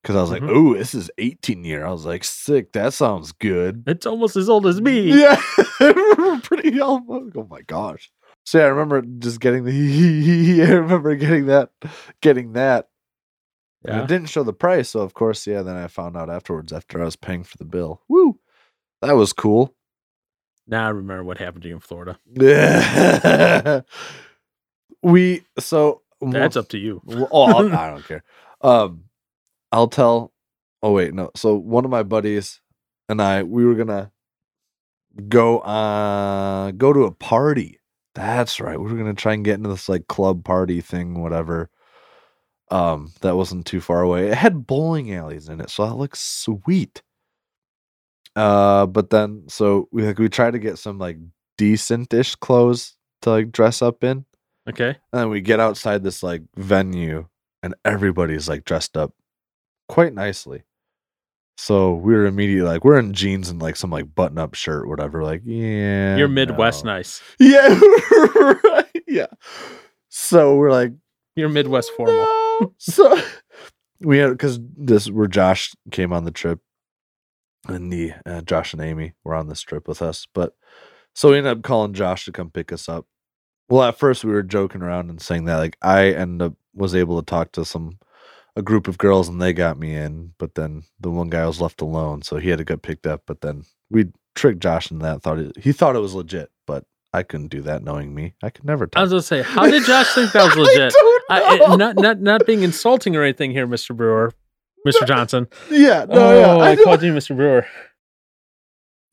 Speaker 5: Because I was like,
Speaker 4: Mhm.
Speaker 5: "Ooh, this is 18 year." I was like, "Sick, that sounds good."
Speaker 4: It's almost as old as me.
Speaker 5: Yeah, we're pretty almost. Oh my gosh. So yeah, I remember just getting the. I remember getting that, getting that. And
Speaker 4: Yeah.
Speaker 5: it didn't show the price, so of course, yeah. Then I found out afterwards after I was paying for the bill. Woo, that was cool.
Speaker 4: Now I remember what happened to you in Florida.
Speaker 5: we so
Speaker 4: That's up to you.
Speaker 5: Well, oh, I'll- I don't care. Um, I'll tell. Oh wait, no. So one of my buddies and I, we were gonna go uh go to a party. That's right. We were gonna try and get into this like club party thing, whatever. Um, that wasn't too far away. It had bowling alleys in it, so that looks sweet. Uh, but then so we like we tried to get some like decent-ish clothes to like dress up in,
Speaker 4: Okay.
Speaker 5: and then we get outside this like venue, and everybody's like dressed up quite nicely. So we were immediately like, we're in jeans and like some like button-up shirt, whatever. Like, yeah,
Speaker 4: You're Midwest
Speaker 5: no.
Speaker 4: nice.
Speaker 5: Yeah, right. Yeah. So we're like,
Speaker 4: You're Midwest formal.
Speaker 5: no. So we had because this where Josh came on the trip, and the uh, Josh and Amy were on this trip with us. But so we ended up calling Josh to come pick us up. Well, at first we were joking around and saying that like I ended up was able to talk to some a group of girls and they got me in, but then the one guy was left alone, so he had to get picked up. But then we tricked Josh into that. Thought it, he thought it was legit, but I couldn't do that knowing me. I could never. Talk
Speaker 4: I was gonna say, how did Josh think that was
Speaker 5: I
Speaker 4: legit?
Speaker 5: don't
Speaker 4: I, it-
Speaker 5: know.
Speaker 4: not not not being insulting or anything here, Mr. Brewer, Mr. Johnson.
Speaker 5: yeah, no,
Speaker 4: oh,
Speaker 5: yeah.
Speaker 4: I,
Speaker 5: I know.
Speaker 4: called you Mr. Brewer.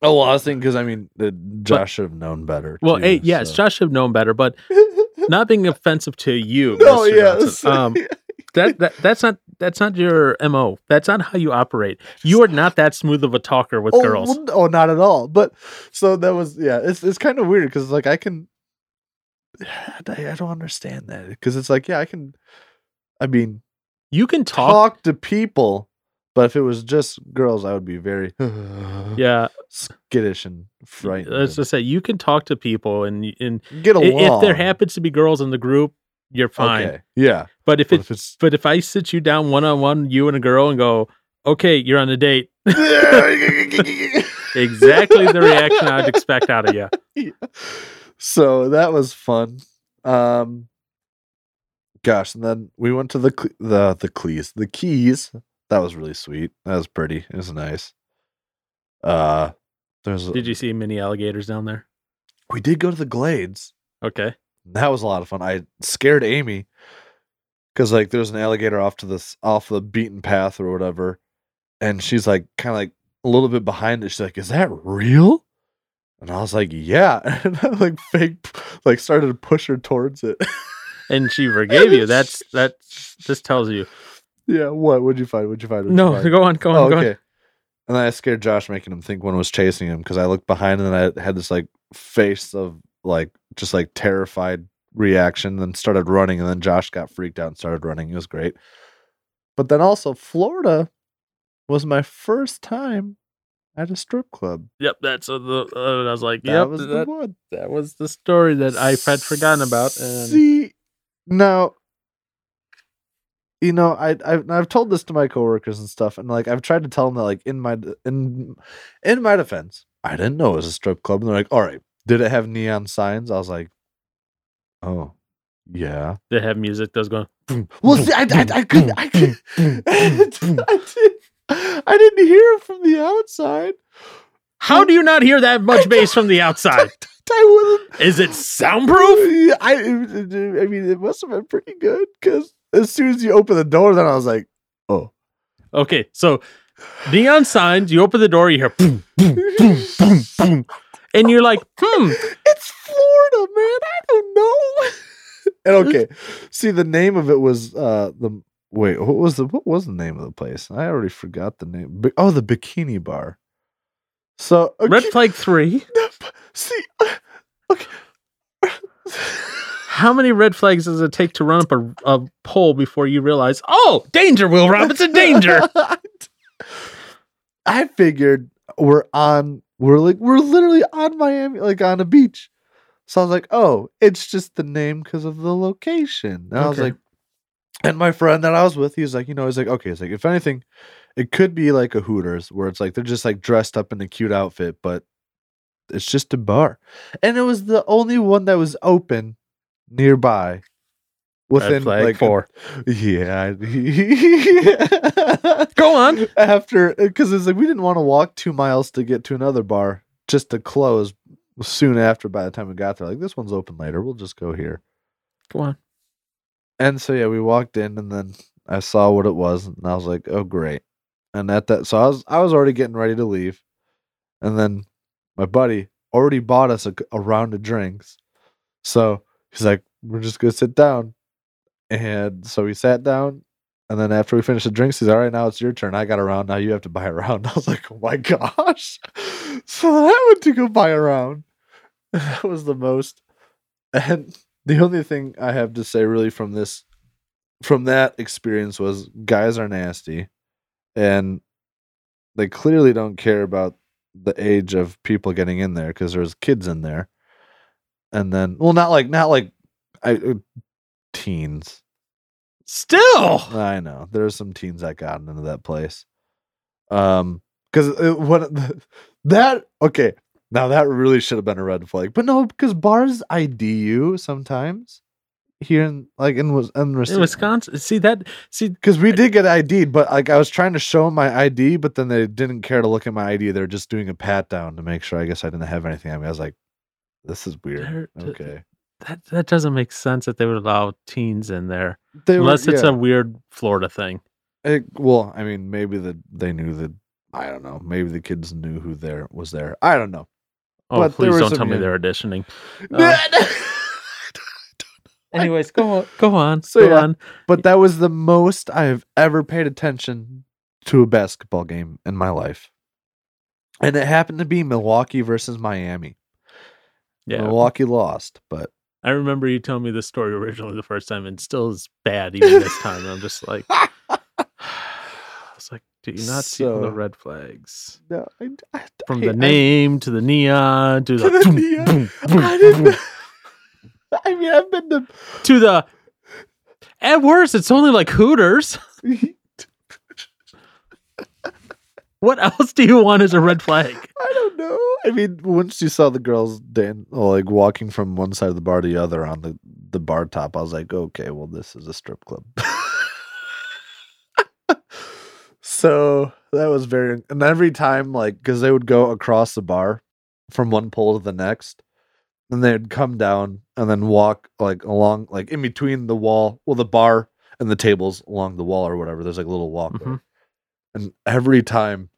Speaker 5: Oh, well, I was thinking because I mean, the, Josh should have known better.
Speaker 4: Well,
Speaker 5: too,
Speaker 4: hey, yes,
Speaker 5: so.
Speaker 4: Josh should have known better, but not being offensive to you,
Speaker 5: no,
Speaker 4: Mr.
Speaker 5: yes,
Speaker 4: Johnson. Um, that, that that's not that's not your mo. That's not how you operate. You are not that smooth of a talker with
Speaker 5: oh,
Speaker 4: girls.
Speaker 5: well, oh, not at all. But so that was yeah. It's it's kind of weird because like I can, I I don't understand that because it's like yeah, I can. I mean,
Speaker 4: you can talk.
Speaker 5: talk to people, but if it was just girls, I would be very yeah
Speaker 4: Yeah,
Speaker 5: skittish and frightened.
Speaker 4: let's
Speaker 5: and
Speaker 4: just say you can talk to people, and and
Speaker 5: get
Speaker 4: i-
Speaker 5: along
Speaker 4: if there happens to be girls in the group, you're fine.
Speaker 5: Okay, yeah,
Speaker 4: But if
Speaker 5: but
Speaker 4: it
Speaker 5: if it's
Speaker 4: But if I sit you down one on one, you and a girl, and go, okay, you're on a date, exactly the reaction I'd expect out of you.
Speaker 5: so that was fun. Um, gosh, and then we went to the Cle- the the Clees, the Keys. That was really sweet. That was pretty. It was nice. Uh, there's
Speaker 4: Did you see mini alligators down there?
Speaker 5: we did go to the Glades.
Speaker 4: Okay.
Speaker 5: That was a lot of fun. I scared Amy because like there's an alligator off to this off the beaten path or whatever, and she's like kind of like a little bit behind it. She's like, "Is that real?" And I was like, "Yeah," and I like fake like started to push her towards it.
Speaker 4: And she forgave you. That's that. This tells you.
Speaker 5: yeah. What? What'd you find? What'd you find? What'd
Speaker 4: No,
Speaker 5: you find?
Speaker 4: go on, go on,
Speaker 5: Oh,
Speaker 4: go
Speaker 5: okay. And then I scared Josh, making him think one was chasing him because I looked behind and I had this like face of like just like terrified reaction, then started running. And then Josh got freaked out and started running. It was great. But then also, Florida was my first time at a strip club.
Speaker 4: on. Yep, that's uh, the. Uh, and I was like,
Speaker 5: That
Speaker 4: yep,
Speaker 5: was the
Speaker 4: that,
Speaker 5: one
Speaker 4: that was the story that I had forgotten about. And
Speaker 5: See, now, you know, I I've, I've told this to my coworkers and stuff, and like I've tried to tell them that like in my in in my defense, I didn't know it was a strip club, and they're like, "All right, did it have neon signs?" I was like, "Oh, yeah."
Speaker 4: they have music that was going.
Speaker 5: Well, see, I I, I couldn't I could I, did, I didn't hear it from the outside.
Speaker 4: How do you not hear that much bass from the outside?
Speaker 5: I wasn't
Speaker 4: Is it soundproof?
Speaker 5: Yeah, I, I mean, it must have been pretty good because as soon as you open the door, then I was like, oh.
Speaker 4: Okay, so neon signs. You open the door, you hear, boom, and you're like, hmm,
Speaker 5: it's Florida, man. I don't know. and okay, see, the name of it was uh the wait. What was the what was the name of the place? I already forgot the name. Bi- oh, the Bikini Bar. So okay,
Speaker 4: red flag three.
Speaker 5: see,
Speaker 4: How many red flags does it take to run up a, a pole before you realize, oh, danger, Will Robinson, danger?
Speaker 5: I figured we're on. We're like we're literally on Miami, like on a beach. So I was like, oh, it's just the name because of the location. And I was
Speaker 4: Okay.
Speaker 5: like, and my friend that I was with, he was like, you know, he's like, okay, it's like if anything, it could be like a Hooters where it's like they're just like dressed up in a cute outfit, but it's just a bar. And it was the only one that was open nearby
Speaker 4: red
Speaker 5: within
Speaker 4: flag
Speaker 5: like a-
Speaker 4: four.
Speaker 5: yeah.
Speaker 4: Go on.
Speaker 5: After, because it's like we didn't want to walk two miles to get to another bar just to close soon after by the time we got there. Like, this one's open later. We'll just go here.
Speaker 4: Go on.
Speaker 5: And so, yeah, we walked in and then I saw what it was and I was like, oh, great. And at that, so I was, I was already getting ready to leave. And then my buddy already bought us a, a round of drinks. So he's like, we're just going to sit down. And so we sat down And then after we finished the drinks, he's all right. Now it's your turn. I got a round. Now you have to buy a round. I was like, oh my gosh. So then I went to go buy a round. That was the most. And the only thing I have to say, really, from this, from that experience, was guys are nasty, and they clearly don't care about the age of people getting in there because there's kids in there, and then well, not like not like I uh, teens.
Speaker 4: Still.
Speaker 5: I know. There's some teens that gotten into that place. Um, because what that okay. Now that really should have been a red flag, but no, because bars ID you sometimes here in like in was in
Speaker 4: In Wisconsin. See that see
Speaker 5: Because we did get ID'd, but like I was trying to show 'em my ID, but then they didn't care to look at my ID. They're just doing a pat down to make sure. I guess I didn't have anything. I mean, I was like, "This is weird."
Speaker 4: There-
Speaker 5: Okay,
Speaker 4: uh, that that doesn't make sense that they would allow teens in there.
Speaker 5: they were-
Speaker 4: Unless it's
Speaker 5: yeah.
Speaker 4: a weird Florida thing.
Speaker 5: It, Eh, well, I mean, maybe the they knew that. I don't know. Maybe the kids knew who there was there. I don't know.
Speaker 4: Oh,
Speaker 5: But there
Speaker 4: please
Speaker 5: were
Speaker 4: don't
Speaker 5: some
Speaker 4: tell me
Speaker 5: young-
Speaker 4: they're auditioning. Uh, anyways, go on go on.
Speaker 5: So,
Speaker 4: go
Speaker 5: yeah.
Speaker 4: on.
Speaker 5: but that was the most I have ever paid attention to a basketball game in my life, and it happened to be Milwaukee versus Miami.
Speaker 4: Yeah.
Speaker 5: Milwaukee lost, but
Speaker 4: I remember you telling me this story originally the first time and still is bad even this time. I'm just like I was like, do you not see all the
Speaker 5: So-
Speaker 4: red flags?
Speaker 5: no, I, I-
Speaker 4: From
Speaker 5: I-
Speaker 4: the
Speaker 5: I-
Speaker 4: name to the neon to
Speaker 5: To
Speaker 4: the,
Speaker 5: the
Speaker 4: boom,
Speaker 5: neon.
Speaker 4: boom, boom,
Speaker 5: I didn't.
Speaker 4: boom,
Speaker 5: I mean, I've been to
Speaker 4: to the at worst, it's only like Hooters. What else do you want as a red flag?
Speaker 5: I don't know. I mean, once you saw the girls dan- well, like walking from one side of the bar to the other on the, the bar top, I was like, okay, well, this is a strip club. so that was very, and every time, like, because they would go across the bar from one pole to the next, and they'd come down and then walk like along, like in between the wall, well, the bar and the tables along the wall or whatever. There's like a little walkway,
Speaker 4: Mhm.
Speaker 5: and every time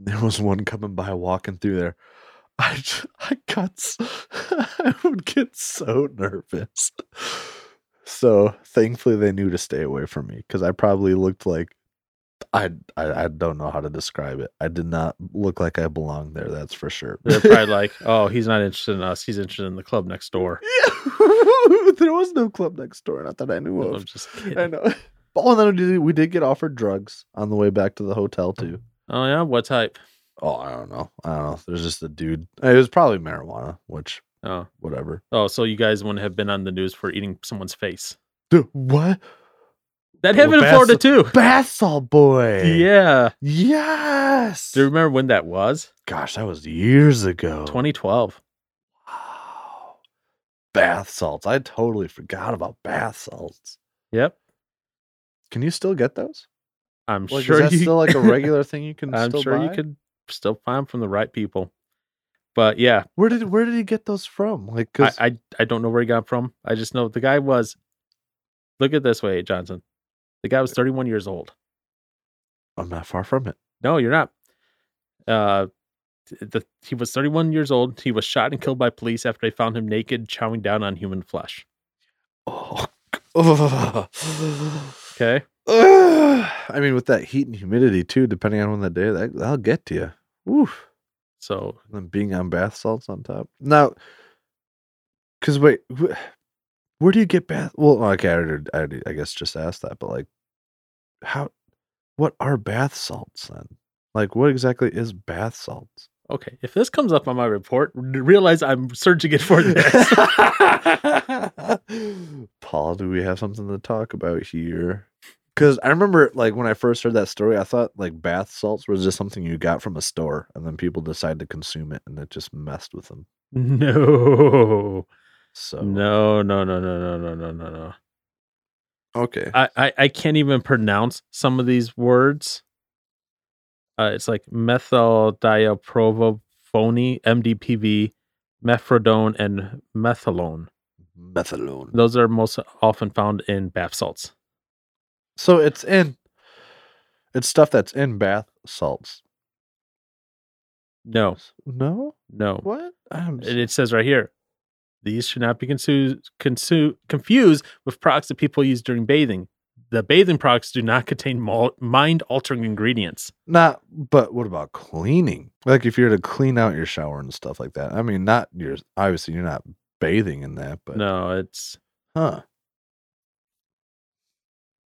Speaker 5: there was one coming by walking through there. I j- I got s- I would get so nervous. So thankfully they knew to stay away from me because I probably looked like I, I I don't know how to describe it. I did not look like I belonged there. That's for sure.
Speaker 4: They're probably like, oh, he's not interested in us. He's interested in the club next door.
Speaker 5: Yeah. there was no club next door. Not that I knew
Speaker 4: I'm
Speaker 5: of.
Speaker 4: just
Speaker 5: I
Speaker 4: kidding.
Speaker 5: know. Oh, and then we did, we did get offered drugs on the way back to the hotel too.
Speaker 4: Oh yeah, what type?
Speaker 5: Oh, I don't know. I don't know. There's just a dude. It was probably marijuana, which
Speaker 4: Oh,
Speaker 5: whatever.
Speaker 4: oh, so you guys wouldn't have been on the news for eating someone's face.
Speaker 5: Dude, what? Well,
Speaker 4: That happened in
Speaker 5: that's-
Speaker 4: Florida too.
Speaker 5: Bath salt boy.
Speaker 4: Yeah.
Speaker 5: Yes.
Speaker 4: Do you remember when that was?
Speaker 5: Gosh, that was years ago.
Speaker 4: 2012.
Speaker 5: Wow. Bath salts. I totally forgot about bath salts.
Speaker 4: Yep.
Speaker 5: Can you still get those?
Speaker 4: I'm
Speaker 5: Like,
Speaker 4: sure
Speaker 5: is that
Speaker 4: you,
Speaker 5: still like a regular thing you can
Speaker 4: I'm
Speaker 5: still
Speaker 4: sure you
Speaker 5: buy?
Speaker 4: could still find from the right people. But yeah,
Speaker 5: Where did where did he get those from? Like
Speaker 4: I,
Speaker 5: 'cause-
Speaker 4: I I don't know where he got from. I just know the guy was. Look at it this way, Johnson. The guy
Speaker 5: Uh,
Speaker 4: was 31 years old.
Speaker 5: I'm not far from it.
Speaker 4: No, you're not. Uh, th- the, he was 31 years old. He was shot and killed by police after they found him naked chowing down on human flesh.
Speaker 5: Oh.
Speaker 4: Okay.
Speaker 5: Ugh. I mean, with that heat and humidity too, depending on when the day, that that'll get to you. Oof.
Speaker 4: So
Speaker 5: And then being on bath salts on top. Now, because wait, wh- where do you get bath? Well, okay, I, already, I, already- I guess just asked that, but like, how? What are bath salts then? Like, what exactly is bath salts?
Speaker 4: okay, if this comes up on my report, r- realize I'm searching it for this.
Speaker 5: Paul, do we have something to talk about here? Because I remember, like, when I first heard that story, I thought like bath salts was just something you got from a store, and then people decided to consume it, and it just messed with them.
Speaker 4: no,
Speaker 5: So
Speaker 4: no, no, no, no, no, no, no, no, no.
Speaker 5: okay,
Speaker 4: I, I I can't even pronounce some of these words. Uh, it's like methyldiaprovophony, MDPV, methrodone, and methylone.
Speaker 5: methadone.
Speaker 4: Those are most often found in bath salts.
Speaker 5: So it's in, it's stuff that's in bath salts.
Speaker 4: No,
Speaker 5: No,
Speaker 4: no.
Speaker 5: what? I'm
Speaker 4: And Oh. it says right here, these should not be consu- consu- confused with products that people use during bathing. the bathing products do not contain mal- mind altering ingredients.
Speaker 5: Not, but what about cleaning? Like if you're to clean out your shower and stuff like that. I mean, not your obviously you're not bathing in that, but
Speaker 4: No, it's
Speaker 5: huh?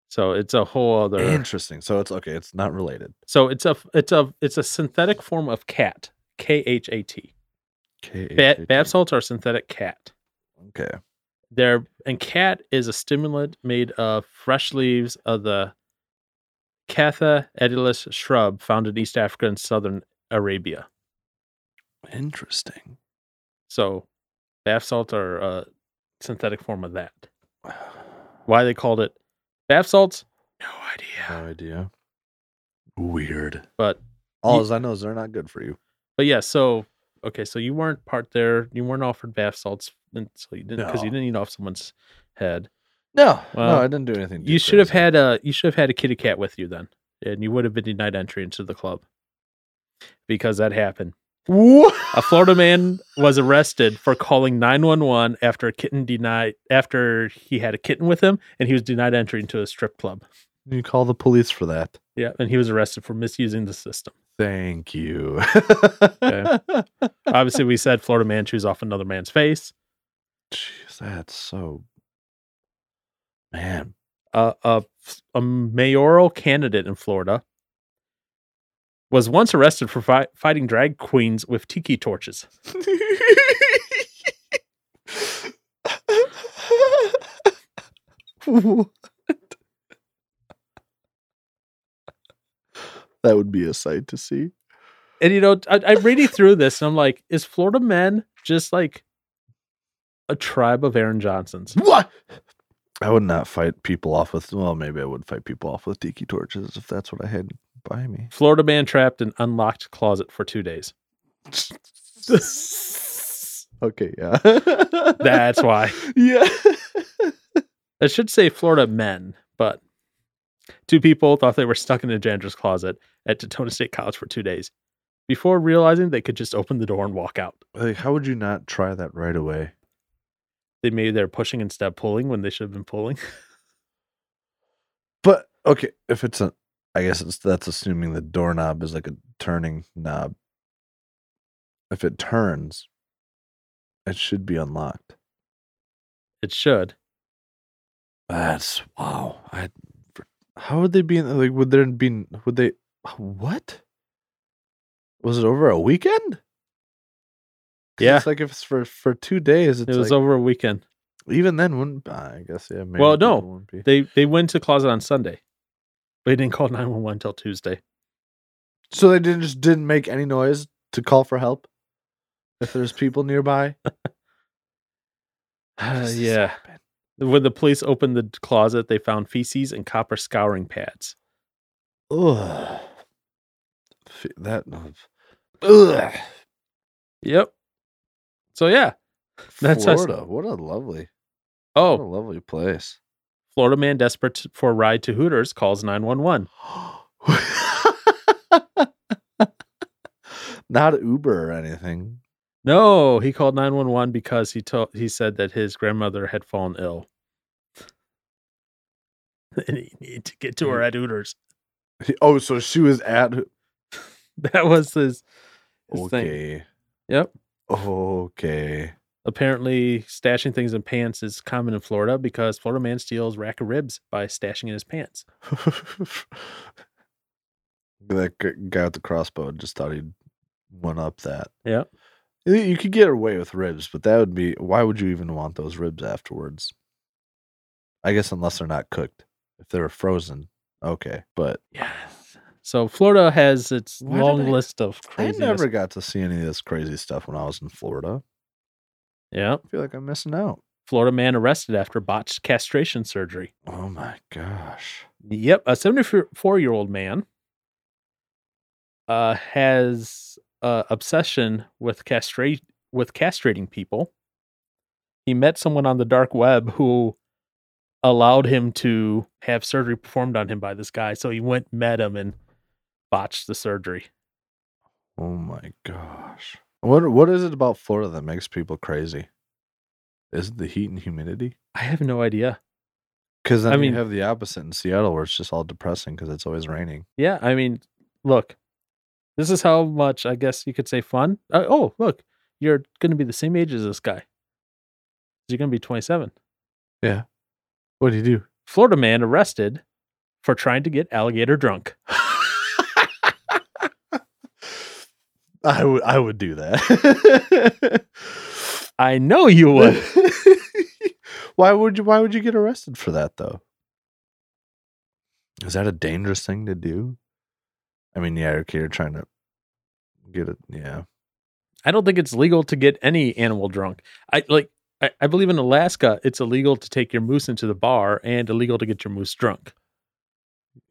Speaker 4: so it's a whole other.
Speaker 5: Interesting. So it's okay. It's not related.
Speaker 4: So it's a it's a it's a synthetic form of cat. K H A T. Ba- Bath salts are synthetic cat.
Speaker 5: Okay.
Speaker 4: They're and cat is a stimulant made of fresh leaves of the Catha edulis shrub found in East Africa and southern Arabia.
Speaker 5: Interesting.
Speaker 4: So bath salts are a synthetic form of that. Why they called it bath salts? No idea.
Speaker 5: No idea. Weird.
Speaker 4: But
Speaker 5: All
Speaker 4: Ye-
Speaker 5: as I know is they're not good for you.
Speaker 4: But yeah, so okay, so you weren't part there. You weren't offered bath salts, and so you didn't because you
Speaker 5: No.
Speaker 4: didn't eat off someone's head.
Speaker 5: No,
Speaker 4: Well,
Speaker 5: no, I didn't do anything.
Speaker 4: You should have had a you should have had a kitty cat with you then, and you would have been denied entry into the club because that happened.
Speaker 5: What?
Speaker 4: A Florida man was arrested for calling nine one one after a kitten denied after he had a kitten with him, and he was denied entry into a strip club.
Speaker 5: You call the police for that.
Speaker 4: Yeah, and he was arrested for misusing the system.
Speaker 5: Thank you.
Speaker 4: Obviously, we said Florida man chews off another man's face.
Speaker 5: Jeez, that's so. Man,
Speaker 4: a, a, a mayoral candidate in Florida was once arrested for fi- fighting drag queens with tiki torches.
Speaker 5: what? That would be a sight to see.
Speaker 4: And you know, I, I'm reading through this and I'm like, is Florida men just like a tribe of Aaron Johnsons?
Speaker 5: What? I would not fight people off with. Well, maybe I would fight people off with tiki torches if that's what I had by me.
Speaker 4: Florida man trapped in unlocked closet for two days.
Speaker 5: okay, yeah.
Speaker 4: That's why.
Speaker 5: yeah.
Speaker 4: I should say Florida men, but two people thought they were stuck in a janitor's closet at Daytona State College for two days before realizing they could just open the door and walk out.
Speaker 5: Like, how would you not try that right away?
Speaker 4: They maybe they're pushing instead of pulling when they should have been pulling.
Speaker 5: But okay, if it's a, I guess it's that's assuming the doorknob is like a turning knob. If it turns, it should be unlocked.
Speaker 4: It should.
Speaker 5: That's wow. I, for- how would they be in, like? Would there be? Would they? What? Was it over a weekend? 'Cause
Speaker 4: Yeah.
Speaker 5: it's like if it's for for two days, it's
Speaker 4: it was
Speaker 5: like,
Speaker 4: over a weekend.
Speaker 5: even then wouldn't I guess yeah. Maybe
Speaker 4: Well, no.
Speaker 5: people wouldn't be.
Speaker 4: They they went to closet on Sunday. But they didn't call 911 until Tuesday.
Speaker 5: So they didn't just didn't make any noise to call for help if there's people nearby. How does this
Speaker 4: Uh, yeah.
Speaker 5: happen?
Speaker 4: When the police opened the closet, they found feces and copper scouring pads.
Speaker 5: Ugh. F- That. Ugh.
Speaker 4: Yep. So yeah. That's us.
Speaker 5: Florida. What a lovely. What a
Speaker 4: Oh,
Speaker 5: lovely place.
Speaker 4: Florida man desperate t- for ride to Hooters calls 911.
Speaker 5: Not Uber or anything.
Speaker 4: No, he called 911 because he told he said that his grandmother had fallen ill. and he needed to get to her at Hooters.
Speaker 5: He- Oh, so she was at.
Speaker 4: That was his, his thing.
Speaker 5: Okay.
Speaker 4: Yep.
Speaker 5: Okay.
Speaker 4: Apparently, stashing things in pants is common in Florida because Florida man steals rack of ribs by stashing in his pants.
Speaker 5: that g- guy with the crossbow just thought he'd one up that.
Speaker 4: Yeah.
Speaker 5: You- You could get away with ribs, but that would be why would you even want those ribs afterwards? I guess unless they're not cooked. If they're frozen, okay. But
Speaker 4: Yes. So Florida has its
Speaker 5: Why did
Speaker 4: long
Speaker 5: I-
Speaker 4: list of
Speaker 5: I
Speaker 4: crazy.
Speaker 5: never got to see any of this crazy stuff when I was in Florida.
Speaker 4: Yeah.
Speaker 5: I feel like I'm missing out.
Speaker 4: Florida man arrested after botched castration surgery.
Speaker 5: Oh my gosh.
Speaker 4: Yep, a 74 year old man uh, has uh, obsession with castrate with castrating people. He met someone on the dark web who allowed him to have surgery performed on him by this guy. So he went met him and botched the surgery.
Speaker 5: Oh my gosh. What what is it about Florida that makes people crazy? Is it the heat and humidity?
Speaker 4: I have no idea.
Speaker 5: Because
Speaker 4: I
Speaker 5: I mean,
Speaker 4: mean-
Speaker 5: you have the opposite in Seattle where it's just all depressing because it's always raining.
Speaker 4: Yeah, I mean, look, this is how much I guess you could say fun. Uh, oh, look, you're going to be the same age as this guy. You're going to be 27.
Speaker 5: What do you do?
Speaker 4: Florida man arrested for trying to get alligator drunk.
Speaker 5: I would I would do that.
Speaker 4: I know you would.
Speaker 5: why would you why would you get arrested for that though? Is that a dangerous thing to do? I mean, yeah, okay, you're trying to get it yeah.
Speaker 4: I don't think it's legal to get any animal drunk. I like. I, I believe in Alaska, it's illegal to take your moose into the bar and illegal to get your moose drunk.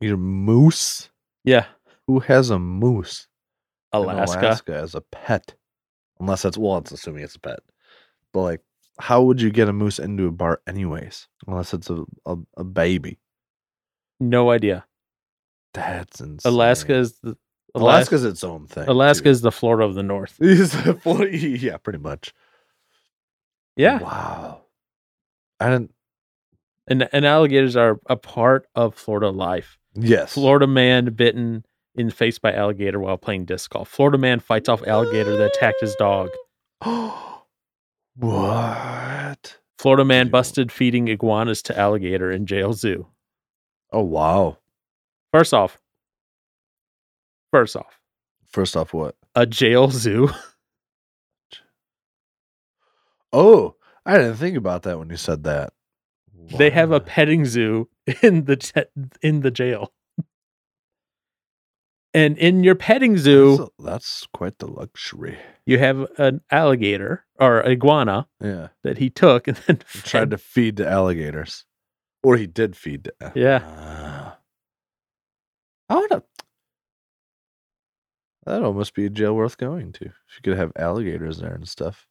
Speaker 5: Your moose?
Speaker 4: Yeah,
Speaker 5: Who has a moose? in
Speaker 4: Alaska.
Speaker 5: Alaska as a pet. Unless that's well, it's assuming it's a pet. But like, how would you get a moose into a bar anyways? Unless it's a, a, a baby.
Speaker 4: No idea.
Speaker 5: That's insane.
Speaker 4: Alaska is the Alaska.
Speaker 5: Alaska's its own thing.
Speaker 4: Alaska is the Florida of the North.
Speaker 5: is yeah, pretty much.
Speaker 4: Yeah,
Speaker 5: Wow. I didn't.
Speaker 4: and and alligators are a part of Florida life.
Speaker 5: Yes.
Speaker 4: Florida man bitten in the face by alligator while playing disc golf. Florida man fights off alligator that attacked his dog.
Speaker 5: what?
Speaker 4: Florida man
Speaker 5: Dude.
Speaker 4: busted feeding iguanas to alligator in jail zoo.
Speaker 5: Oh wow.
Speaker 4: First off, first off,
Speaker 5: First off, what?
Speaker 4: a jail zoo.
Speaker 5: Oh, I didn't think about that when you said that.
Speaker 4: They have a
Speaker 5: Wow.
Speaker 4: petting zoo in the te- in the jail. And in your petting zoo,
Speaker 5: That's, a- that's quite the luxury.
Speaker 4: you have an alligator or iguana
Speaker 5: Yeah.
Speaker 4: that he took and then
Speaker 5: He tried to feed the alligators, or he did feed. The,
Speaker 4: Yeah.
Speaker 5: Ah. I would. have That'd almost be a jail worth going to if you could have alligators there and stuff.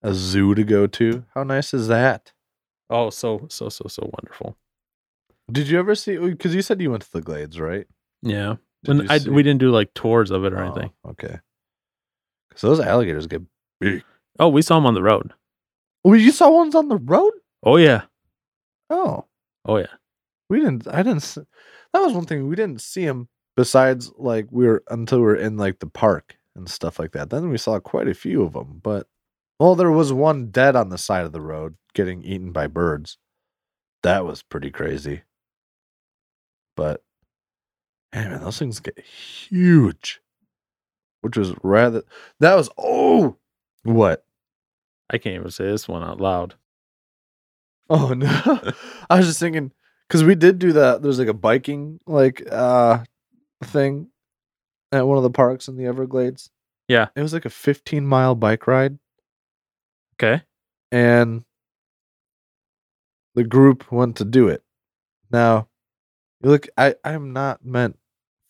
Speaker 5: A zoo to go to. How nice is that?
Speaker 4: Oh, so so so so wonderful.
Speaker 5: Did you ever see? Because you said you went to the Glades, right?
Speaker 4: Yeah.
Speaker 5: Did you
Speaker 4: When I
Speaker 5: see-
Speaker 4: we didn't do like tours of it or
Speaker 5: Oh,
Speaker 4: anything.
Speaker 5: okay. Because those alligators get.
Speaker 4: Oh, we saw him on the road.
Speaker 5: Well, you saw ones on the road.
Speaker 4: Oh yeah.
Speaker 5: Oh.
Speaker 4: Oh yeah.
Speaker 5: We didn't. I didn't. s- That was one thing we didn't see him. Besides, like we were until we were in like the park and stuff like that. Then we saw quite a few of them. But well, there was one dead on the side of the road getting eaten by birds. That was pretty crazy. But hey, man, those things get huge. Which was rather. That was oh, what?
Speaker 4: I can't even say this one out loud.
Speaker 5: Oh no. I was just thinking cuz we did do that there's like a biking like uh thing at one of the parks in the Everglades.
Speaker 4: Yeah.
Speaker 5: It was like a 15 mile bike ride
Speaker 4: Okay.
Speaker 5: and the group went to do it. Now, you look I I'm not meant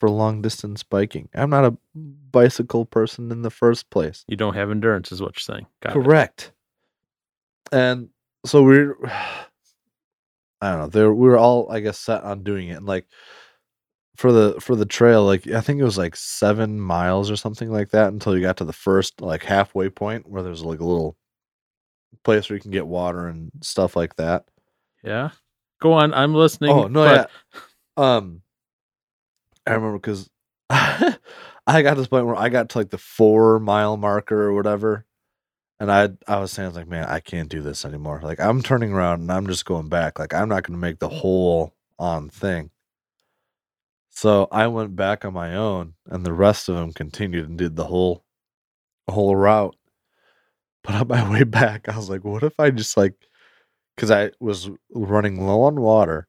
Speaker 5: for long distance biking. I'm not a bicycle person in the first place.
Speaker 4: You don't have endurance, is what you're saying. Got it.
Speaker 5: Correct. And so we're, I don't know. There we were all, I guess, set on doing it. And like for the for the trail, like I think it was like seven miles or something like that until you got to the first like halfway point where there's like a little place where you can get water and stuff like that.
Speaker 4: Yeah. Go on. I'm listening.
Speaker 5: Oh no,
Speaker 4: but-
Speaker 5: yeah. Um, I remember because I got to this point where I got to like the four mile marker or whatever, and I I was saying I was like, man, I can't do this anymore. Like I'm turning around and I'm just going back. Like I'm not going to make the whole on thing. So I went back on my own, and the rest of them continued and did the whole whole route. But on my way back, I was like, what if I just like, because I was running low on water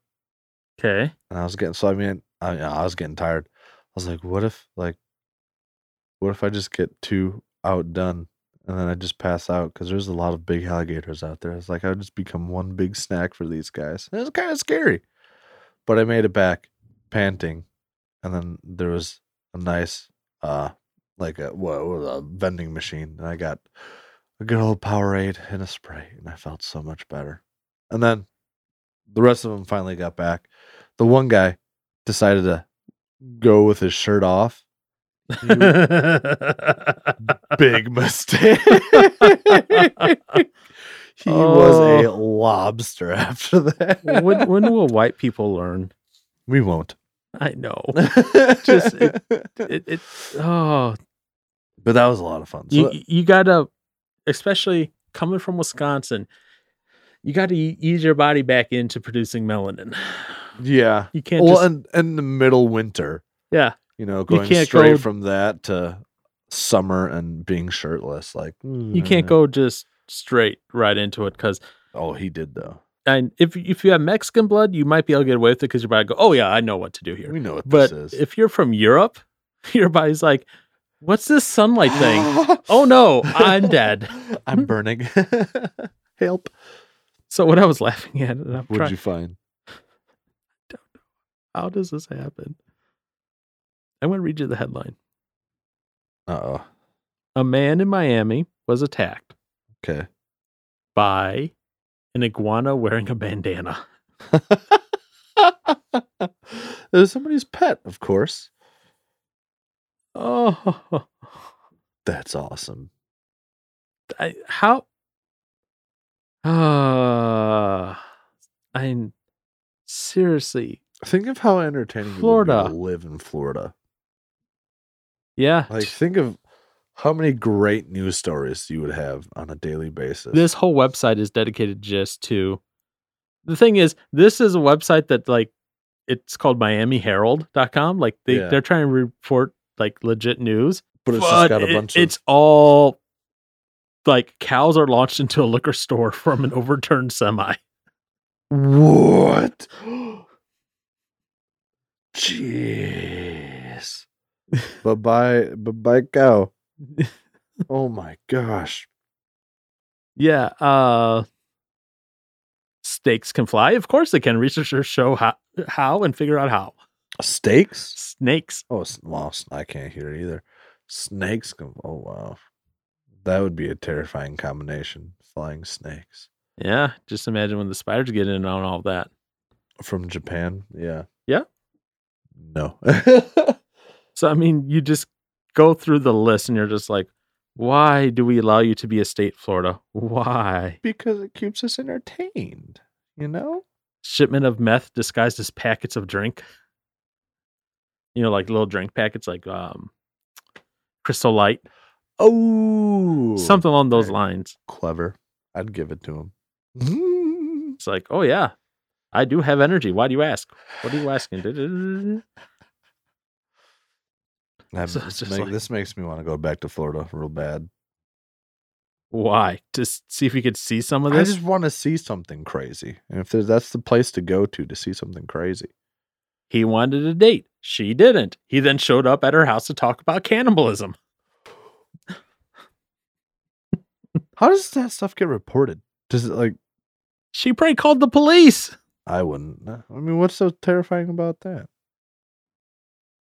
Speaker 4: Okay.
Speaker 5: and I was getting so I mean I, I was getting tired. I was like, what if like, what if I just get too outdone and then I just pass out because there's a lot of big alligators out there. It's like I would just become one big snack for these guys. It was kind of scary, but I made it back, panting, and then there was a nice uh like a what was a vending machine and I got a good old Powerade and a spray and I felt so much better. And then the rest of them finally got back the one guy decided to go with his shirt off. You Big mistake. He was a
Speaker 4: Oh.
Speaker 5: lobster after that.
Speaker 4: when, when will white people learn?
Speaker 5: we won't.
Speaker 4: I know.
Speaker 5: Just,
Speaker 4: it- It, it oh,
Speaker 5: but that was a lot of fun. So
Speaker 4: you, you gotta, especially coming from Wisconsin, you gotta e- ease your body back into producing melanin.
Speaker 5: yeah.
Speaker 4: You can't
Speaker 5: Well,
Speaker 4: just
Speaker 5: and and the middle winter.
Speaker 4: yeah.
Speaker 5: You know, going
Speaker 4: can't
Speaker 5: straight
Speaker 4: go-
Speaker 5: from that to summer and being shirtless. Like mm.
Speaker 4: You can't go just straight right into it because
Speaker 5: Oh, he did though.
Speaker 4: and if if you have Mexican blood, you might be able to get away with it because your body go, oh yeah, I know what to do here.
Speaker 5: We know what
Speaker 4: But
Speaker 5: this is.
Speaker 4: if you're from Europe, your body's like, what's this sunlight thing? oh no, I'm dead.
Speaker 5: I'm burning. Help.
Speaker 4: So what I was laughing at, and I'm
Speaker 5: What'd
Speaker 4: trying,
Speaker 5: you find?
Speaker 4: how does this happen? I'm going to read you the headline.
Speaker 5: Uh oh.
Speaker 4: A man in Miami was attacked
Speaker 5: Okay.
Speaker 4: by an iguana wearing a bandana.
Speaker 5: it was somebody's pet, of course.
Speaker 4: Oh,
Speaker 5: That's awesome.
Speaker 4: I, how? Ah, I'm seriously.
Speaker 5: Think of how entertaining Florida
Speaker 4: Florida.
Speaker 5: to live in Florida.
Speaker 4: Yeah.
Speaker 5: Like, think of how many great news stories you would have on a daily basis.
Speaker 4: this whole website is dedicated just to the thing is this is a website that like it's called miamiherald.com like they,
Speaker 5: Yeah.
Speaker 4: they're trying to report like legit news
Speaker 5: but it's just
Speaker 4: but
Speaker 5: got a
Speaker 4: it-
Speaker 5: bunch
Speaker 4: it's all like cows are launched into a liquor store from an overturned semi
Speaker 5: of what? Jeez. bye bye, bye bye, cow. Oh my gosh.
Speaker 4: yeah uh snakes can fly of course they can researchers show how, how and figure out how
Speaker 5: Steaks?
Speaker 4: snakes
Speaker 5: Oh, s- well, s- I can't hear it either. Snakes. Can, oh, wow. That would be a terrifying combination. Flying snakes
Speaker 4: yeah just imagine when the spiders get in on all that
Speaker 5: from Japan. Yeah.
Speaker 4: Yeah.
Speaker 5: No.
Speaker 4: So I mean, you just go through the list and you're just like, why do we allow you to be a state, Florida? Why?
Speaker 5: because it keeps us entertained, you know?
Speaker 4: Shipment of meth disguised as packets of drink. You know, like little drink packets like um Crystal Light,
Speaker 5: Oh.
Speaker 4: something along those
Speaker 5: okay.
Speaker 4: lines.
Speaker 5: clever. I'd give it to him.
Speaker 4: It's like, oh yeah, I do have energy. Why do you ask? What are you asking?
Speaker 5: I'm-
Speaker 4: So it's
Speaker 5: this,
Speaker 4: just
Speaker 5: make-
Speaker 4: like-
Speaker 5: this makes me want to go back to Florida real bad.
Speaker 4: Why? Just see if you could see some of
Speaker 5: I
Speaker 4: this.
Speaker 5: just want to see something crazy. And if there's, that's the place to go to to see something crazy.
Speaker 4: He wanted a date. She didn't. He then showed up at her house to talk about cannibalism.
Speaker 5: How does that stuff get reported? Does it like
Speaker 4: She probably called the police.
Speaker 5: I wouldn't. I mean, what's so terrifying about that?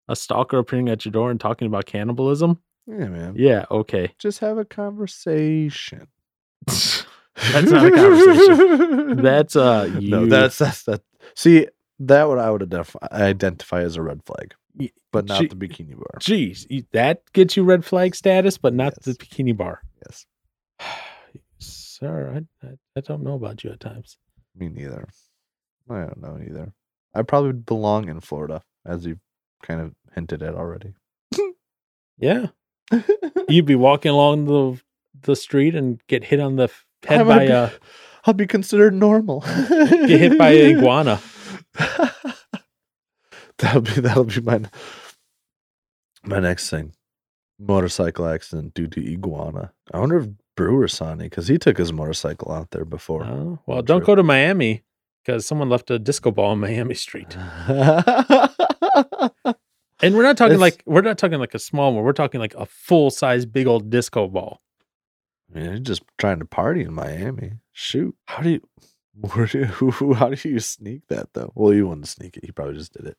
Speaker 4: a stalker appearing at your door and talking about cannibalism?
Speaker 5: Yeah, man.
Speaker 4: Yeah, okay.
Speaker 5: Just have a conversation.
Speaker 4: That's not a conversation. That's uh you,
Speaker 5: no, that's that's that. See, that what I would identify, identify as a red flag,
Speaker 4: Y-
Speaker 5: but not
Speaker 4: she-
Speaker 5: the bikini bar.
Speaker 4: geez, you- that gets you red flag status, but not the
Speaker 5: Yes.
Speaker 4: bikini bar.
Speaker 5: Yes,
Speaker 4: Sir, I, I, I don't know about you at times.
Speaker 5: me neither. I don't know either. I probably belong in Florida, as you kind of hinted at already.
Speaker 4: Yeah. You'd be walking along the the street and get hit on the f-
Speaker 5: I
Speaker 4: head
Speaker 5: might
Speaker 4: by
Speaker 5: be-
Speaker 4: a
Speaker 5: I'll be considered normal.
Speaker 4: get hit by an iguana.
Speaker 5: that'll be that'll be my my next thing. Motorcycle accident due to iguana. I wonder if Brewer saw any because he took his motorcycle out there before.
Speaker 4: Oh, well,
Speaker 5: One
Speaker 4: don't
Speaker 5: trip.
Speaker 4: go to Miami because someone left a disco ball in Miami Street. Oh. And we're not talking
Speaker 5: It's-
Speaker 4: like we're not talking like a small one. We're talking like a full size big old disco ball.
Speaker 5: I mean, you're just trying to party in Miami. Shoot, how do you? Where do you, how do you sneak that though? Well, you wouldn't sneak it. He probably just did it.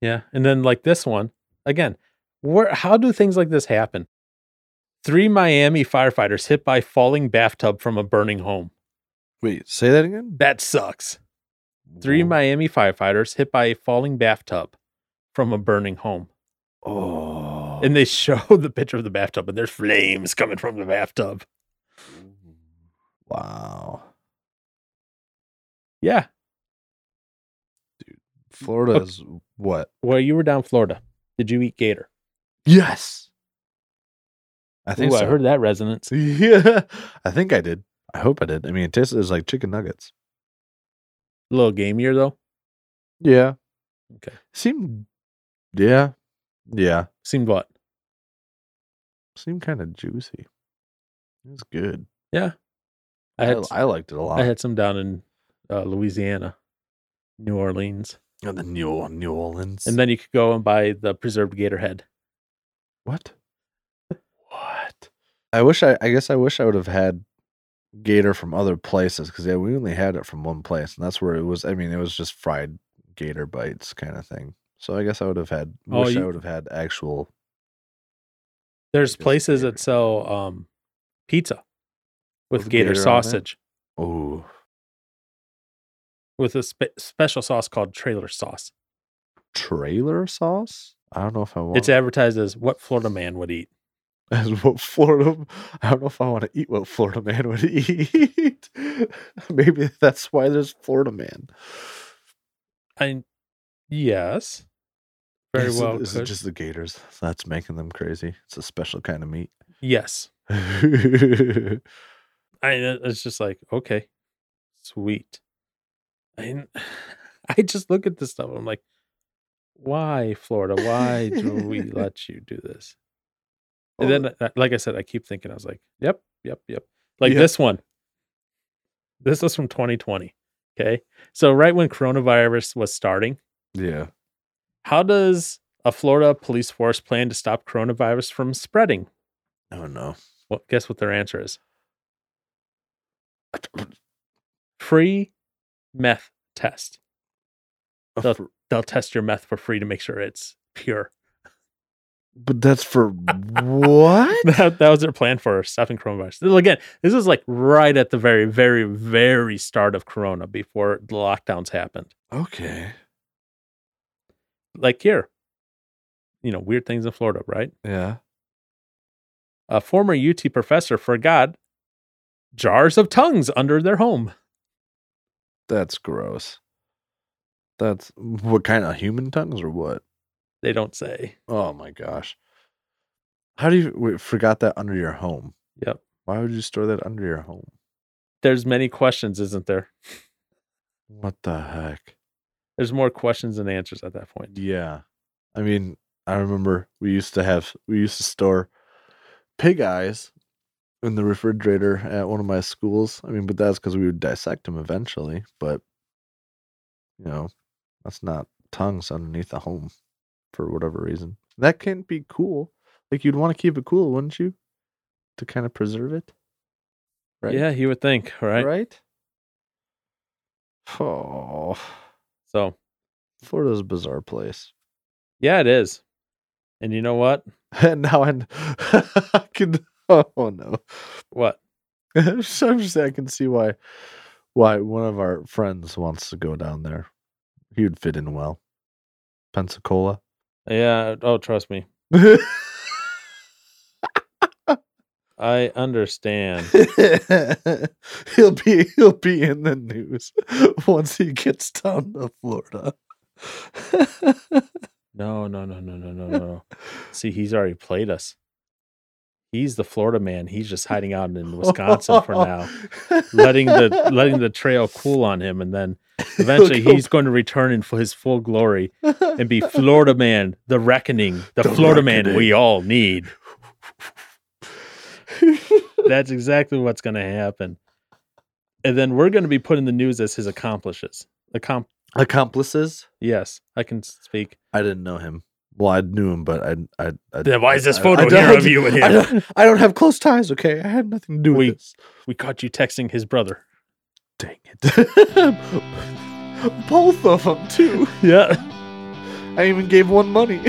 Speaker 4: Yeah. And then like this one, again, where how do things like this happen? Three Miami firefighters hit by falling bathtub from a burning home.
Speaker 5: Wait, say that again.
Speaker 4: That sucks. Three
Speaker 5: Whoa.
Speaker 4: Miami firefighters hit by a falling bathtub from a burning home.
Speaker 5: Oh.
Speaker 4: And they show the picture of the bathtub and there's flames coming from the bathtub.
Speaker 5: Wow.
Speaker 4: Yeah.
Speaker 5: Florida
Speaker 4: Okay.
Speaker 5: is what?
Speaker 4: Well, you were down Florida. Did you eat gator?
Speaker 5: Yes. I
Speaker 4: Ooh,
Speaker 5: think so.
Speaker 4: I heard that resonance.
Speaker 5: Yeah, I think I did. I hope I did. I mean, it tasted it was like chicken nuggets.
Speaker 4: A little gamier though.
Speaker 5: Yeah.
Speaker 4: Okay.
Speaker 5: Seemed. Yeah. Yeah.
Speaker 4: Seemed what?
Speaker 5: Seemed kind of juicy. It was good.
Speaker 4: I
Speaker 5: I,
Speaker 4: had
Speaker 5: I, liked it a lot.
Speaker 4: I had some down in uh, Louisiana, New Orleans,
Speaker 5: and Oh, the New New Orleans.
Speaker 4: and then you could go and buy the preserved gator head.
Speaker 5: what? What? I wish I. I guess I wish I would have had gator from other places because yeah, we only had it from one place, and that's where it was. I mean, it was just fried gator bites kind of thing. So I guess I would have had.
Speaker 4: Oh,
Speaker 5: wish I
Speaker 4: you-
Speaker 5: would have had actual.
Speaker 4: There's
Speaker 5: Because
Speaker 4: places
Speaker 5: gator-
Speaker 4: that sell um, pizza with,
Speaker 5: With
Speaker 4: gator,
Speaker 5: gator on it?
Speaker 4: sausage
Speaker 5: Oh,
Speaker 4: with a spe- special sauce called trailer sauce.
Speaker 5: trailer sauce. I don't know if I want.
Speaker 4: It's advertised as what Florida man would eat.
Speaker 5: as what Florida. I don't know if I want to eat what Florida man would eat. Maybe that's why there's Florida man.
Speaker 4: I yes, very
Speaker 5: Is it-
Speaker 4: well.
Speaker 5: Is it
Speaker 4: cooked.
Speaker 5: just the gators that's making them crazy? It's a special kind of meat.
Speaker 4: yes, I it's just like okay, sweet. And I just look at this stuff. I'm like, why Florida? Why do we let you do this? And
Speaker 5: Oh,
Speaker 4: then, uh, like I said, I keep thinking, I was like, yep, yep, yep. Like
Speaker 5: Yeah.
Speaker 4: this one. This was from 2020. Okay. So, right when coronavirus was starting,
Speaker 5: yeah,
Speaker 4: how does a Florida police force plan to stop coronavirus from spreading?
Speaker 5: I don't know.
Speaker 4: Well, guess what their answer is? Free meth test. The-
Speaker 5: For-
Speaker 4: They'll test your meth for free to make sure it's pure.
Speaker 5: but that's for what?
Speaker 4: that, that was their plan for stopping coronavirus. Well, Again, this is like right at the very, very, very start of Corona before the lockdowns happened.
Speaker 5: Okay.
Speaker 4: Like here, you know, weird things in Florida, right?
Speaker 5: Yeah.
Speaker 4: A former UT professor forgot jars of tongues under their home.
Speaker 5: That's gross. That's what kind of human tongues or what?
Speaker 4: They don't say.
Speaker 5: Oh my gosh. How do you wait, forgot that under your home?
Speaker 4: Yep.
Speaker 5: Why would you store that under your home?
Speaker 4: There's many questions, isn't there?
Speaker 5: What the heck?
Speaker 4: There's more questions than answers at that point.
Speaker 5: Yeah. I mean, I remember we used to have we used to store pig eyes in the refrigerator at one of my schools. I mean, but that's cuz we would dissect them eventually, but you know, that's not tongues underneath the home for whatever reason. That can't be cool. Like you'd want to keep it cool, wouldn't you? To kind of preserve it. Right?
Speaker 4: Yeah, you would think, right?
Speaker 5: right? Oh,
Speaker 4: So,
Speaker 5: Florida's a bizarre place.
Speaker 4: yeah, it is. And you know what?
Speaker 5: And now I kn- I can. Oh no!
Speaker 4: What?
Speaker 5: I'm just I'm just saying I can see why why one of our friends wants to go down there. He would fit in well. Pensacola.
Speaker 4: Yeah. Oh, trust me. I understand.
Speaker 5: he'll be he'll be in the news once he gets down to Florida.
Speaker 4: No, no, no, no, no, no, no, no. See, he's already played us. He's the Florida man. He's just hiding out in Wisconsin for now, letting the letting the trail cool on him, and then eventually
Speaker 5: go
Speaker 4: he's going to return in for his full glory and be Florida man, the reckoning, the,
Speaker 5: The
Speaker 4: Florida man
Speaker 5: reckoning.
Speaker 4: we all need. That's exactly what's going to happen, and then we're going to be put in the news as his accomplishes. Accom-
Speaker 5: accomplices.
Speaker 4: yes, I can speak.
Speaker 5: I didn't know him. Well, I knew him, but I I, I
Speaker 4: Then why is this
Speaker 5: I-
Speaker 4: photo
Speaker 5: I
Speaker 4: here
Speaker 5: don't-
Speaker 4: of you and
Speaker 5: I
Speaker 4: him?
Speaker 5: don't, I don't have close ties. Okay, I had nothing to do
Speaker 4: We-
Speaker 5: with this.
Speaker 4: We caught you texting his brother.
Speaker 5: Dang it! Both of them too.
Speaker 4: Yeah.
Speaker 5: I even gave one money.